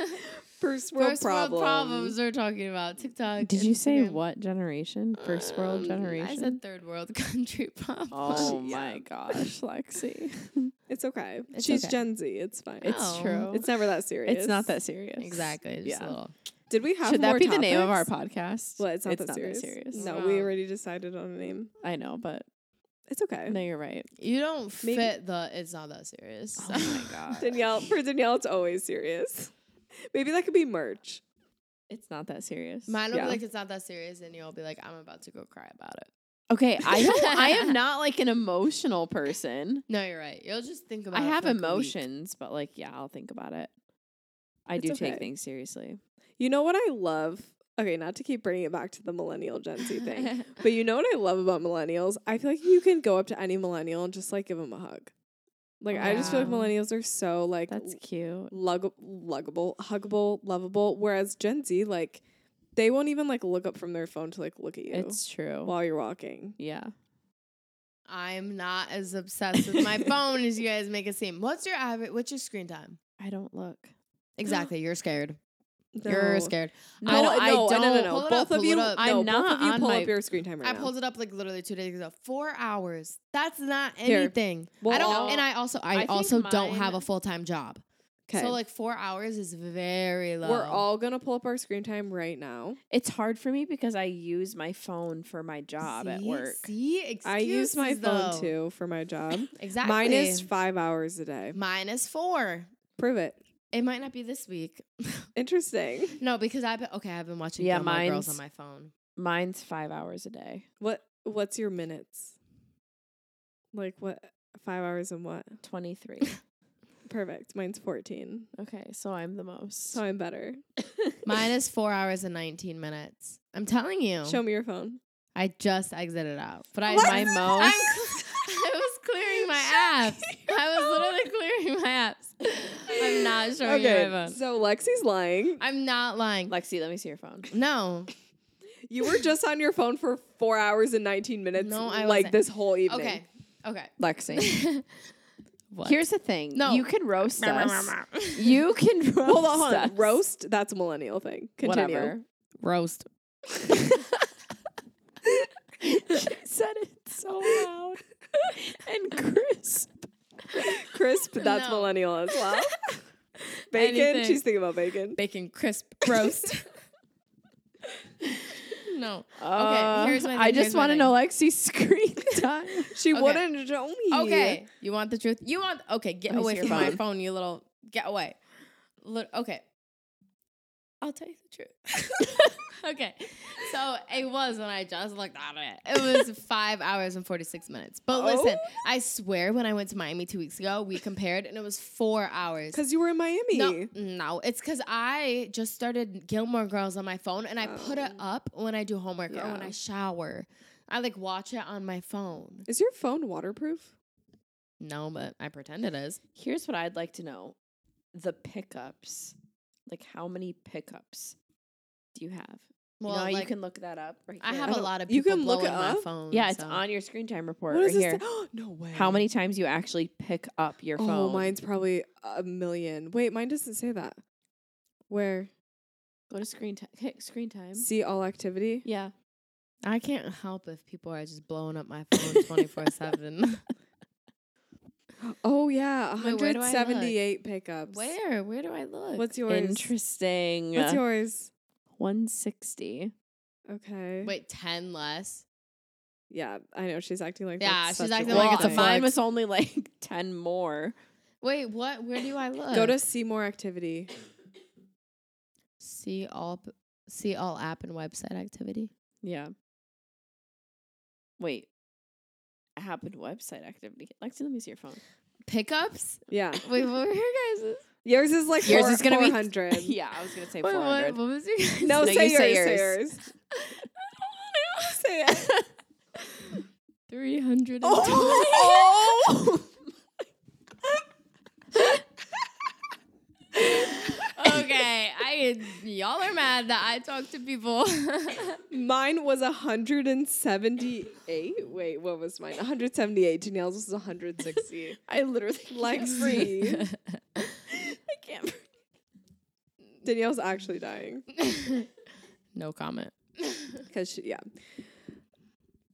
[SPEAKER 4] First world
[SPEAKER 2] first
[SPEAKER 4] problems.
[SPEAKER 2] world problems we're talking about. TikTok.
[SPEAKER 3] Did you say
[SPEAKER 2] Instagram.
[SPEAKER 3] what generation? First
[SPEAKER 2] Um,
[SPEAKER 3] world generation.
[SPEAKER 2] I said third world country problems.
[SPEAKER 3] oh
[SPEAKER 4] Yeah.
[SPEAKER 3] my gosh, Lexi.
[SPEAKER 4] It's okay.
[SPEAKER 2] It's
[SPEAKER 4] She's
[SPEAKER 2] okay.
[SPEAKER 4] Gen Z. It's fine.
[SPEAKER 3] It's
[SPEAKER 2] Oh.
[SPEAKER 3] true.
[SPEAKER 4] It's never that serious.
[SPEAKER 3] It's not that serious.
[SPEAKER 2] Exactly. Just
[SPEAKER 3] Yeah.
[SPEAKER 2] a little.
[SPEAKER 4] Did we have
[SPEAKER 3] Should that
[SPEAKER 4] more
[SPEAKER 3] be the name of our
[SPEAKER 4] topics?
[SPEAKER 3] podcast?
[SPEAKER 4] Well, it's not, that, serious. No, we
[SPEAKER 2] Wow.
[SPEAKER 4] already decided on a name.
[SPEAKER 3] I know, but
[SPEAKER 4] It's okay.
[SPEAKER 3] no, you're right.
[SPEAKER 2] You don't
[SPEAKER 4] Maybe-
[SPEAKER 2] fit the. It's not that serious.
[SPEAKER 3] Oh my god.
[SPEAKER 4] Danielle, for Danielle, it's always serious. Maybe that could be merch.
[SPEAKER 3] It's not that serious.
[SPEAKER 2] Mine will
[SPEAKER 4] Yeah.
[SPEAKER 2] be like it's not that serious, and you'll be like, I'm about to go cry about it.
[SPEAKER 3] okay, I don't, I am not like an emotional person.
[SPEAKER 2] No, you're right. You'll just think about.
[SPEAKER 3] I
[SPEAKER 2] it
[SPEAKER 3] have
[SPEAKER 2] for, like, a week.
[SPEAKER 3] emotions, but like, yeah, I'll think about it. I
[SPEAKER 4] It's
[SPEAKER 3] do
[SPEAKER 4] okay.
[SPEAKER 3] take things seriously.
[SPEAKER 4] You know what I love? Okay, not to keep bringing it back to the millennial Gen Z thing, but you know what I love about millennials? I feel like you can go up to any millennial and just like give them a hug. Like I just feel like
[SPEAKER 3] Wow.
[SPEAKER 4] millennials are so like
[SPEAKER 3] That's cute.
[SPEAKER 4] lug- luggable, huggable, lovable. Whereas Gen Z, like, they won't even like look up from their phone to like look at you
[SPEAKER 3] It's true.
[SPEAKER 4] while you're walking.
[SPEAKER 3] yeah.
[SPEAKER 2] I'm not as obsessed with my phone as you guys make it seem. What's your average? What's your screen time?
[SPEAKER 3] I don't look.
[SPEAKER 2] Exactly. You're scared.
[SPEAKER 4] No.
[SPEAKER 2] You're scared.
[SPEAKER 4] No,
[SPEAKER 2] I don't-
[SPEAKER 4] no,
[SPEAKER 2] I
[SPEAKER 4] no, no,
[SPEAKER 2] don't-
[SPEAKER 4] no.
[SPEAKER 2] pull it
[SPEAKER 4] Both
[SPEAKER 2] up,
[SPEAKER 4] of
[SPEAKER 2] pull
[SPEAKER 4] you,
[SPEAKER 2] it up.
[SPEAKER 4] no,
[SPEAKER 3] I'm
[SPEAKER 4] both
[SPEAKER 3] not
[SPEAKER 4] of you
[SPEAKER 3] on
[SPEAKER 4] pull
[SPEAKER 3] my-
[SPEAKER 4] up your screen time right
[SPEAKER 2] I
[SPEAKER 4] now.
[SPEAKER 2] pulled it up like literally two days ago. Four hours. That's not
[SPEAKER 4] Here.
[SPEAKER 2] anything. I
[SPEAKER 4] Well,
[SPEAKER 2] don't.
[SPEAKER 4] I'll-
[SPEAKER 2] and I also,
[SPEAKER 3] I
[SPEAKER 2] I,
[SPEAKER 3] think
[SPEAKER 2] also don't
[SPEAKER 3] mine-
[SPEAKER 2] have a full time job.
[SPEAKER 4] 'Kay.
[SPEAKER 2] So like four hours is very low.
[SPEAKER 4] we're all gonna pull up our screen time right now.
[SPEAKER 3] It's hard for me because I use my phone for my job at
[SPEAKER 2] See?
[SPEAKER 3] work.
[SPEAKER 2] See, excuses,
[SPEAKER 4] I use my phone
[SPEAKER 2] though.
[SPEAKER 4] too for my job.
[SPEAKER 2] Exactly.
[SPEAKER 4] Mine is five hours a day.
[SPEAKER 2] minus four.
[SPEAKER 4] Prove it.
[SPEAKER 2] It might not be this week.
[SPEAKER 4] Interesting.
[SPEAKER 2] no, because I've been, okay. I've been watching
[SPEAKER 3] Yeah,
[SPEAKER 2] Gilmore Girls on
[SPEAKER 3] mine's-
[SPEAKER 2] my phone.
[SPEAKER 3] Mine's five hours a day.
[SPEAKER 4] What What's your minutes? Like what? Five hours and what?
[SPEAKER 3] Twenty three.
[SPEAKER 4] Perfect. Mine's fourteen,
[SPEAKER 3] okay, so I'm the most.
[SPEAKER 4] so I'm better.
[SPEAKER 2] Mine is four hours and nineteen minutes. I'm telling you.
[SPEAKER 4] Show me your phone.
[SPEAKER 2] I just exited out, but I
[SPEAKER 4] What?
[SPEAKER 2] my
[SPEAKER 3] My
[SPEAKER 2] I'm,
[SPEAKER 3] most.
[SPEAKER 2] I was clearing my apps. I was literally clearing my apps. I'm not showing you my phone.
[SPEAKER 4] so Lexi's lying.
[SPEAKER 2] I'm not lying.
[SPEAKER 3] Lexi, let me see your phone.
[SPEAKER 2] no,
[SPEAKER 4] You were just on your phone for four hours and 19 minutes.
[SPEAKER 2] No, I
[SPEAKER 4] Like
[SPEAKER 2] wasn't.
[SPEAKER 4] this whole evening.
[SPEAKER 2] Okay. Okay.
[SPEAKER 4] Lexi.
[SPEAKER 2] What?
[SPEAKER 3] Here's the thing.
[SPEAKER 2] No.
[SPEAKER 3] You can roast us. you can roast
[SPEAKER 4] Hold on, hold
[SPEAKER 3] us.
[SPEAKER 4] on. Roast, that's a millennial thing. Continue.
[SPEAKER 3] Whatever.
[SPEAKER 2] roast.
[SPEAKER 3] she said it so loud and crisp.
[SPEAKER 4] Crisp, that's
[SPEAKER 2] No.
[SPEAKER 4] millennial as well. bacon,
[SPEAKER 2] Anything.
[SPEAKER 4] she's thinking about bacon.
[SPEAKER 2] Bacon crisp roast. no.
[SPEAKER 3] Uh,
[SPEAKER 2] here's my
[SPEAKER 3] I
[SPEAKER 2] thing,
[SPEAKER 3] just
[SPEAKER 2] here's my
[SPEAKER 3] want to
[SPEAKER 2] thing.
[SPEAKER 3] know Lexi's screen time.
[SPEAKER 4] She
[SPEAKER 2] Okay.
[SPEAKER 4] wouldn't tell me.
[SPEAKER 2] Okay. You want the truth? You want okay, get
[SPEAKER 3] Let me
[SPEAKER 2] away
[SPEAKER 3] see your
[SPEAKER 2] from my
[SPEAKER 3] phone.
[SPEAKER 2] phone, you little get away. Lit- okay. I'll tell you the truth. okay. So it was when I just looked at it. It was five hours and 46 minutes. But listen,
[SPEAKER 4] Oh.
[SPEAKER 2] I swear when I went to Miami two weeks ago, we compared and it was four hours.
[SPEAKER 4] Because you were in Miami.
[SPEAKER 2] No, no, it's because I just started Gilmore Girls on my phone, and I put it
[SPEAKER 4] Oh.
[SPEAKER 2] up when I do homework or when
[SPEAKER 4] Yeah.
[SPEAKER 2] I shower. I like watch it on my phone.
[SPEAKER 4] Is your phone waterproof?
[SPEAKER 2] No, but I pretend it is.
[SPEAKER 3] Here's what I'd like to know: the pickups. Like, how many pickups do you have?
[SPEAKER 2] Well,
[SPEAKER 3] you, know,
[SPEAKER 2] like,
[SPEAKER 3] you can look that up. Right
[SPEAKER 2] I
[SPEAKER 3] here.
[SPEAKER 2] have a lot of
[SPEAKER 4] you
[SPEAKER 2] people
[SPEAKER 4] can look
[SPEAKER 2] blowing
[SPEAKER 4] it
[SPEAKER 2] my
[SPEAKER 4] up?
[SPEAKER 2] phone.
[SPEAKER 3] Yeah, it's
[SPEAKER 2] so-
[SPEAKER 3] on your screen time report
[SPEAKER 4] What
[SPEAKER 3] right
[SPEAKER 4] is this?
[SPEAKER 3] here.
[SPEAKER 4] thing? no way.
[SPEAKER 3] How many times you actually pick up your phone?
[SPEAKER 4] Oh, mine's probably a million. Wait, mine doesn't say that. Where?
[SPEAKER 3] Go to screen time. Screen time.
[SPEAKER 4] See all activity?
[SPEAKER 3] Yeah.
[SPEAKER 2] I can't help if people are just blowing up my phone twenty four seven.
[SPEAKER 4] Oh, yeah.
[SPEAKER 2] Wait, where do I look?
[SPEAKER 4] 178 pickups.
[SPEAKER 2] Where? Where do I look?
[SPEAKER 4] What's yours?
[SPEAKER 3] Interesting.
[SPEAKER 4] What's yours?
[SPEAKER 3] 160.
[SPEAKER 4] Okay.
[SPEAKER 2] Wait, ten less.
[SPEAKER 4] Yeah, I know. She's acting like
[SPEAKER 2] Yeah,
[SPEAKER 4] that's
[SPEAKER 2] she's
[SPEAKER 4] such
[SPEAKER 2] acting
[SPEAKER 4] a
[SPEAKER 2] like
[SPEAKER 4] big
[SPEAKER 2] it's a
[SPEAKER 4] thing.
[SPEAKER 2] flex.
[SPEAKER 3] mine was only like 10 more.
[SPEAKER 2] Wait, what? Where do I look?
[SPEAKER 4] Go to see more activity.
[SPEAKER 2] see all p- see all app and website activity.
[SPEAKER 3] Yeah. Wait. Happened website activity. Lexi, let me see your phone.
[SPEAKER 2] Pickups?
[SPEAKER 4] Yeah.
[SPEAKER 2] Wait, what were your guys'?
[SPEAKER 4] Yours is like
[SPEAKER 3] Yours
[SPEAKER 4] four,
[SPEAKER 3] is gonna be-
[SPEAKER 4] 400.
[SPEAKER 3] yeah, I was going to say
[SPEAKER 2] Wait, what,
[SPEAKER 3] 400.
[SPEAKER 2] what was your guys'?
[SPEAKER 4] No,
[SPEAKER 3] No,
[SPEAKER 4] say,
[SPEAKER 3] you
[SPEAKER 4] yours,
[SPEAKER 3] say
[SPEAKER 4] say
[SPEAKER 3] yours.
[SPEAKER 4] yours.
[SPEAKER 3] Say it.
[SPEAKER 2] 300.
[SPEAKER 3] oh!
[SPEAKER 2] okay, I y'all are mad that I talk to people.
[SPEAKER 4] Mine was 178. Wait, what was mine? 178. Janelle's was 160.
[SPEAKER 3] I literally can't breathe.
[SPEAKER 4] Lexi.
[SPEAKER 3] I can't breathe.
[SPEAKER 4] Danielle's actually dying.
[SPEAKER 2] no comment.
[SPEAKER 4] Because she, yeah.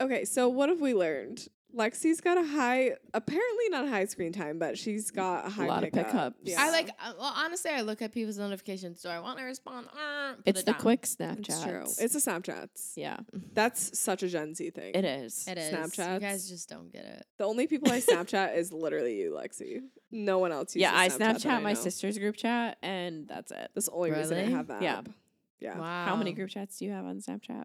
[SPEAKER 4] Okay, so what have we learned? Lexi's got a high, apparently not high screen time, but she's got a high
[SPEAKER 3] lot of
[SPEAKER 4] pickup.
[SPEAKER 3] pickups.
[SPEAKER 4] Yeah.
[SPEAKER 2] I like uh, well honestly I look at people's notifications. Do I want to respond? Uh, put
[SPEAKER 3] It's
[SPEAKER 2] it
[SPEAKER 3] the
[SPEAKER 2] down.
[SPEAKER 3] quick Snapchat.
[SPEAKER 4] It's true. It's the Snapchats.
[SPEAKER 3] yeah,
[SPEAKER 4] That's such a Gen Z thing.
[SPEAKER 3] it is.
[SPEAKER 2] It is. You
[SPEAKER 4] Snapchats.
[SPEAKER 2] guys just don't get it.
[SPEAKER 4] The only people I Snapchat is literally you, Lexi. No one else. Uses
[SPEAKER 3] Yeah, I
[SPEAKER 4] Snapchat that
[SPEAKER 3] Snapchat my
[SPEAKER 4] know.
[SPEAKER 3] sister's group chat, and that's it.
[SPEAKER 4] That's the only reason I
[SPEAKER 2] Really?
[SPEAKER 4] have that.
[SPEAKER 3] Yeah.
[SPEAKER 4] app. Yeah.
[SPEAKER 2] Wow.
[SPEAKER 3] How
[SPEAKER 4] Um,
[SPEAKER 3] many group chats do you have on Snapchat?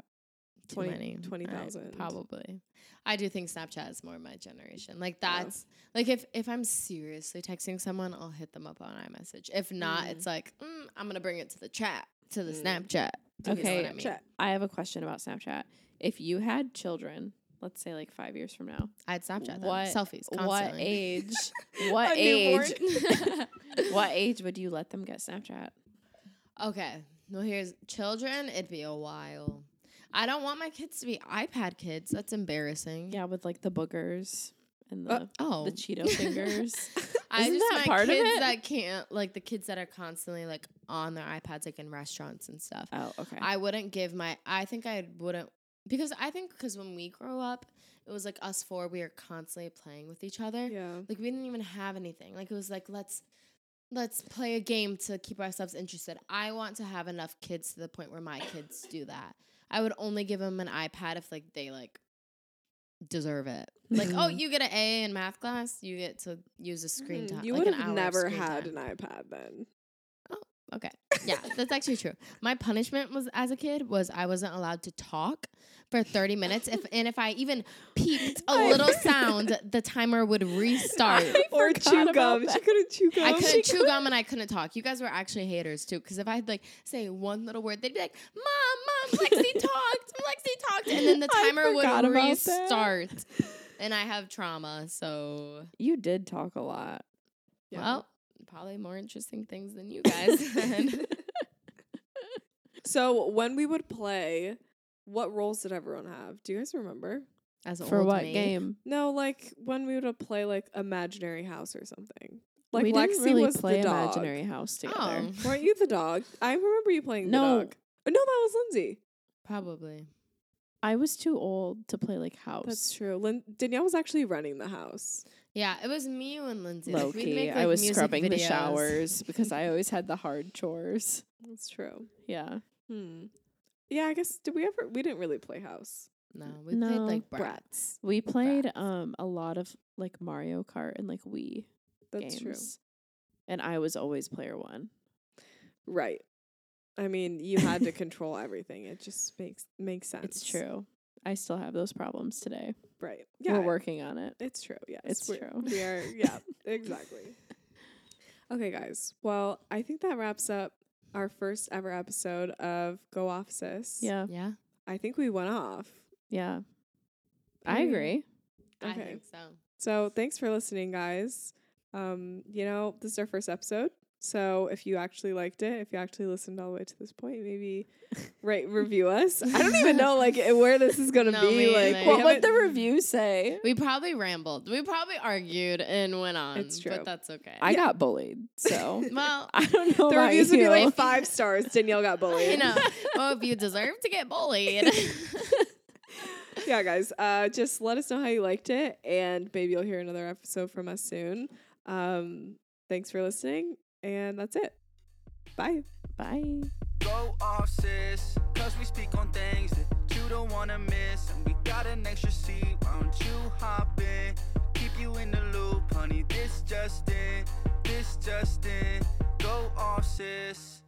[SPEAKER 2] Too
[SPEAKER 4] 20
[SPEAKER 2] many.
[SPEAKER 4] 20,000.
[SPEAKER 2] Alright, probably. I do think Snapchat is more my generation. Like
[SPEAKER 4] Yeah.
[SPEAKER 2] that's like if if I'm seriously texting someone, I'll hit them up on iMessage. If not,
[SPEAKER 3] Mm.
[SPEAKER 2] it's like mm, I'm gonna bring it to the chat to the
[SPEAKER 4] Mm.
[SPEAKER 2] Snapchat. You know
[SPEAKER 3] Okay.
[SPEAKER 2] what I mean?
[SPEAKER 4] Snapchat.
[SPEAKER 3] I have a question about Snapchat. If you had children, let's say like five years from now,
[SPEAKER 2] I'd Snapchat
[SPEAKER 3] What-
[SPEAKER 2] them. selfies.
[SPEAKER 3] what
[SPEAKER 2] Constantly.
[SPEAKER 3] age? What
[SPEAKER 4] A newborn.
[SPEAKER 3] age? what age would you let them get Snapchat?
[SPEAKER 2] Okay. Well, here's children. It'd be a while. I don't want my kids to be iPad kids. That's embarrassing.
[SPEAKER 3] Yeah, with like the boogers and the
[SPEAKER 4] Uh,
[SPEAKER 2] Oh,
[SPEAKER 3] the Cheeto fingers.
[SPEAKER 2] I
[SPEAKER 3] Isn't
[SPEAKER 2] just
[SPEAKER 3] that
[SPEAKER 2] meant
[SPEAKER 3] part of
[SPEAKER 2] kids
[SPEAKER 3] it?
[SPEAKER 2] that can't like the kids that are constantly like on their iPads like in restaurants and stuff.
[SPEAKER 3] oh, okay.
[SPEAKER 2] I wouldn't give my. I think I wouldn't because I think because when we grow up, it was like us four. We were constantly playing with each other.
[SPEAKER 4] Yeah.
[SPEAKER 2] Like we didn't even have anything. Like it was like let's let's play a game to keep ourselves interested. I want to have enough kids to the point where my kids do that. I would only give them an iPad if like they like deserve it. Like oh,
[SPEAKER 4] Mm-hmm.
[SPEAKER 3] Mhm.
[SPEAKER 2] you get an A in math class, you get to use a screen
[SPEAKER 4] Mm,
[SPEAKER 2] time.
[SPEAKER 4] You
[SPEAKER 2] like an
[SPEAKER 4] would have
[SPEAKER 2] hour of
[SPEAKER 4] never
[SPEAKER 2] screen
[SPEAKER 4] had
[SPEAKER 2] time.
[SPEAKER 4] an iPad then.
[SPEAKER 2] Okay. Yeah, that's actually true. My punishment was as a kid was I wasn't allowed to talk for 30 minutes if and if I even peeped a
[SPEAKER 3] I-
[SPEAKER 2] little sound, the timer would restart.
[SPEAKER 3] I
[SPEAKER 4] Or
[SPEAKER 3] forgot
[SPEAKER 4] chew
[SPEAKER 3] about
[SPEAKER 4] gum.
[SPEAKER 3] that.
[SPEAKER 4] She couldn't chew gum.
[SPEAKER 2] I
[SPEAKER 4] She
[SPEAKER 2] couldn't chew gum and I couldn't talk. You guys were actually haters too, because if I'd like say one little word, they'd be like, "Mom, Mom, Lexi talked, Lexi talked," and then the
[SPEAKER 3] I
[SPEAKER 2] timer
[SPEAKER 3] forgot
[SPEAKER 2] would
[SPEAKER 3] about that.
[SPEAKER 2] restart. And I have trauma, so
[SPEAKER 3] you did talk a lot.
[SPEAKER 4] Yeah.
[SPEAKER 2] well, probably more interesting things than you guys. had.
[SPEAKER 4] So when we would play what roles did everyone have? Do you guys remember?
[SPEAKER 2] As an
[SPEAKER 3] For
[SPEAKER 2] old
[SPEAKER 3] what
[SPEAKER 2] maid.
[SPEAKER 3] game?
[SPEAKER 4] No, like when we would play like imaginary house or something. Like
[SPEAKER 3] we
[SPEAKER 4] Lexi
[SPEAKER 3] didn't really
[SPEAKER 4] was
[SPEAKER 3] play
[SPEAKER 4] the dog.
[SPEAKER 3] Imaginary House together.
[SPEAKER 2] Oh,
[SPEAKER 4] Weren't you the dog? I remember you playing
[SPEAKER 3] No.
[SPEAKER 4] the dog. Oh, No, that was Lindsay.
[SPEAKER 2] probably.
[SPEAKER 3] I was too old to play like House.
[SPEAKER 4] That's true. Lin- Danielle was actually running the house.
[SPEAKER 2] Yeah, it was me, you, and Lindsay. Like,
[SPEAKER 3] Low
[SPEAKER 2] we'd
[SPEAKER 3] key.
[SPEAKER 2] make,
[SPEAKER 3] I
[SPEAKER 2] like,
[SPEAKER 3] was
[SPEAKER 2] music
[SPEAKER 3] scrubbing the
[SPEAKER 2] videos.
[SPEAKER 3] showers because I always had the hard chores.
[SPEAKER 4] That's true.
[SPEAKER 3] Yeah.
[SPEAKER 4] Hmm. Yeah, I guess did we ever we didn't really play house.
[SPEAKER 2] No, we played
[SPEAKER 3] No.
[SPEAKER 2] like brats.
[SPEAKER 4] Brats.
[SPEAKER 3] We played
[SPEAKER 2] Brats.
[SPEAKER 3] um a lot of like Mario Kart and like Wii
[SPEAKER 4] That's
[SPEAKER 3] games. And I was always player one.
[SPEAKER 4] true. Right. I mean, you had to control everything. It just makes makes sense.
[SPEAKER 3] It's true. I still have those problems today.
[SPEAKER 4] Right. Yeah.
[SPEAKER 3] We're working on it.
[SPEAKER 4] It's true. Yes.
[SPEAKER 3] It's
[SPEAKER 4] we're-
[SPEAKER 3] true.
[SPEAKER 4] We are. Yeah. exactly. Okay, guys. Well, I think that wraps up our first ever episode of Go Off Sis.
[SPEAKER 3] Yeah.
[SPEAKER 2] Yeah,
[SPEAKER 4] I think we went off.
[SPEAKER 3] Yeah. I
[SPEAKER 4] Yeah.
[SPEAKER 3] agree.
[SPEAKER 2] I
[SPEAKER 4] Okay.
[SPEAKER 2] think so.
[SPEAKER 4] So thanks for listening, guys. Um, you know, this is our first episode. So if you actually liked it, if you actually listened all the way to this point, maybe rate review us. I don't even know like where this is gonna
[SPEAKER 2] No,
[SPEAKER 4] be.
[SPEAKER 2] me
[SPEAKER 4] Like,
[SPEAKER 2] either. What
[SPEAKER 4] we
[SPEAKER 3] What would
[SPEAKER 4] haven't-
[SPEAKER 3] the review say?
[SPEAKER 2] We probably rambled. We probably argued and went on.
[SPEAKER 4] It's true.
[SPEAKER 2] but that's okay.
[SPEAKER 3] I got bullied, so
[SPEAKER 2] well,
[SPEAKER 3] I don't know.
[SPEAKER 4] the
[SPEAKER 3] about
[SPEAKER 4] reviews would be
[SPEAKER 3] you.
[SPEAKER 4] like five stars. Danielle got bullied.
[SPEAKER 2] you know, well, if you deserve to get bullied,
[SPEAKER 4] yeah, guys, uh, just let us know how you liked it, and maybe you'll hear another episode from us soon. Um, thanks for listening, and that's it. Bye.
[SPEAKER 3] Bye.
[SPEAKER 1] Go off, sis. Cause we speak on things that you don't wanna miss. And we got an extra seat, why don't you hop in? Keep you in the loop, honey. This just in, this just in. Go off, sis.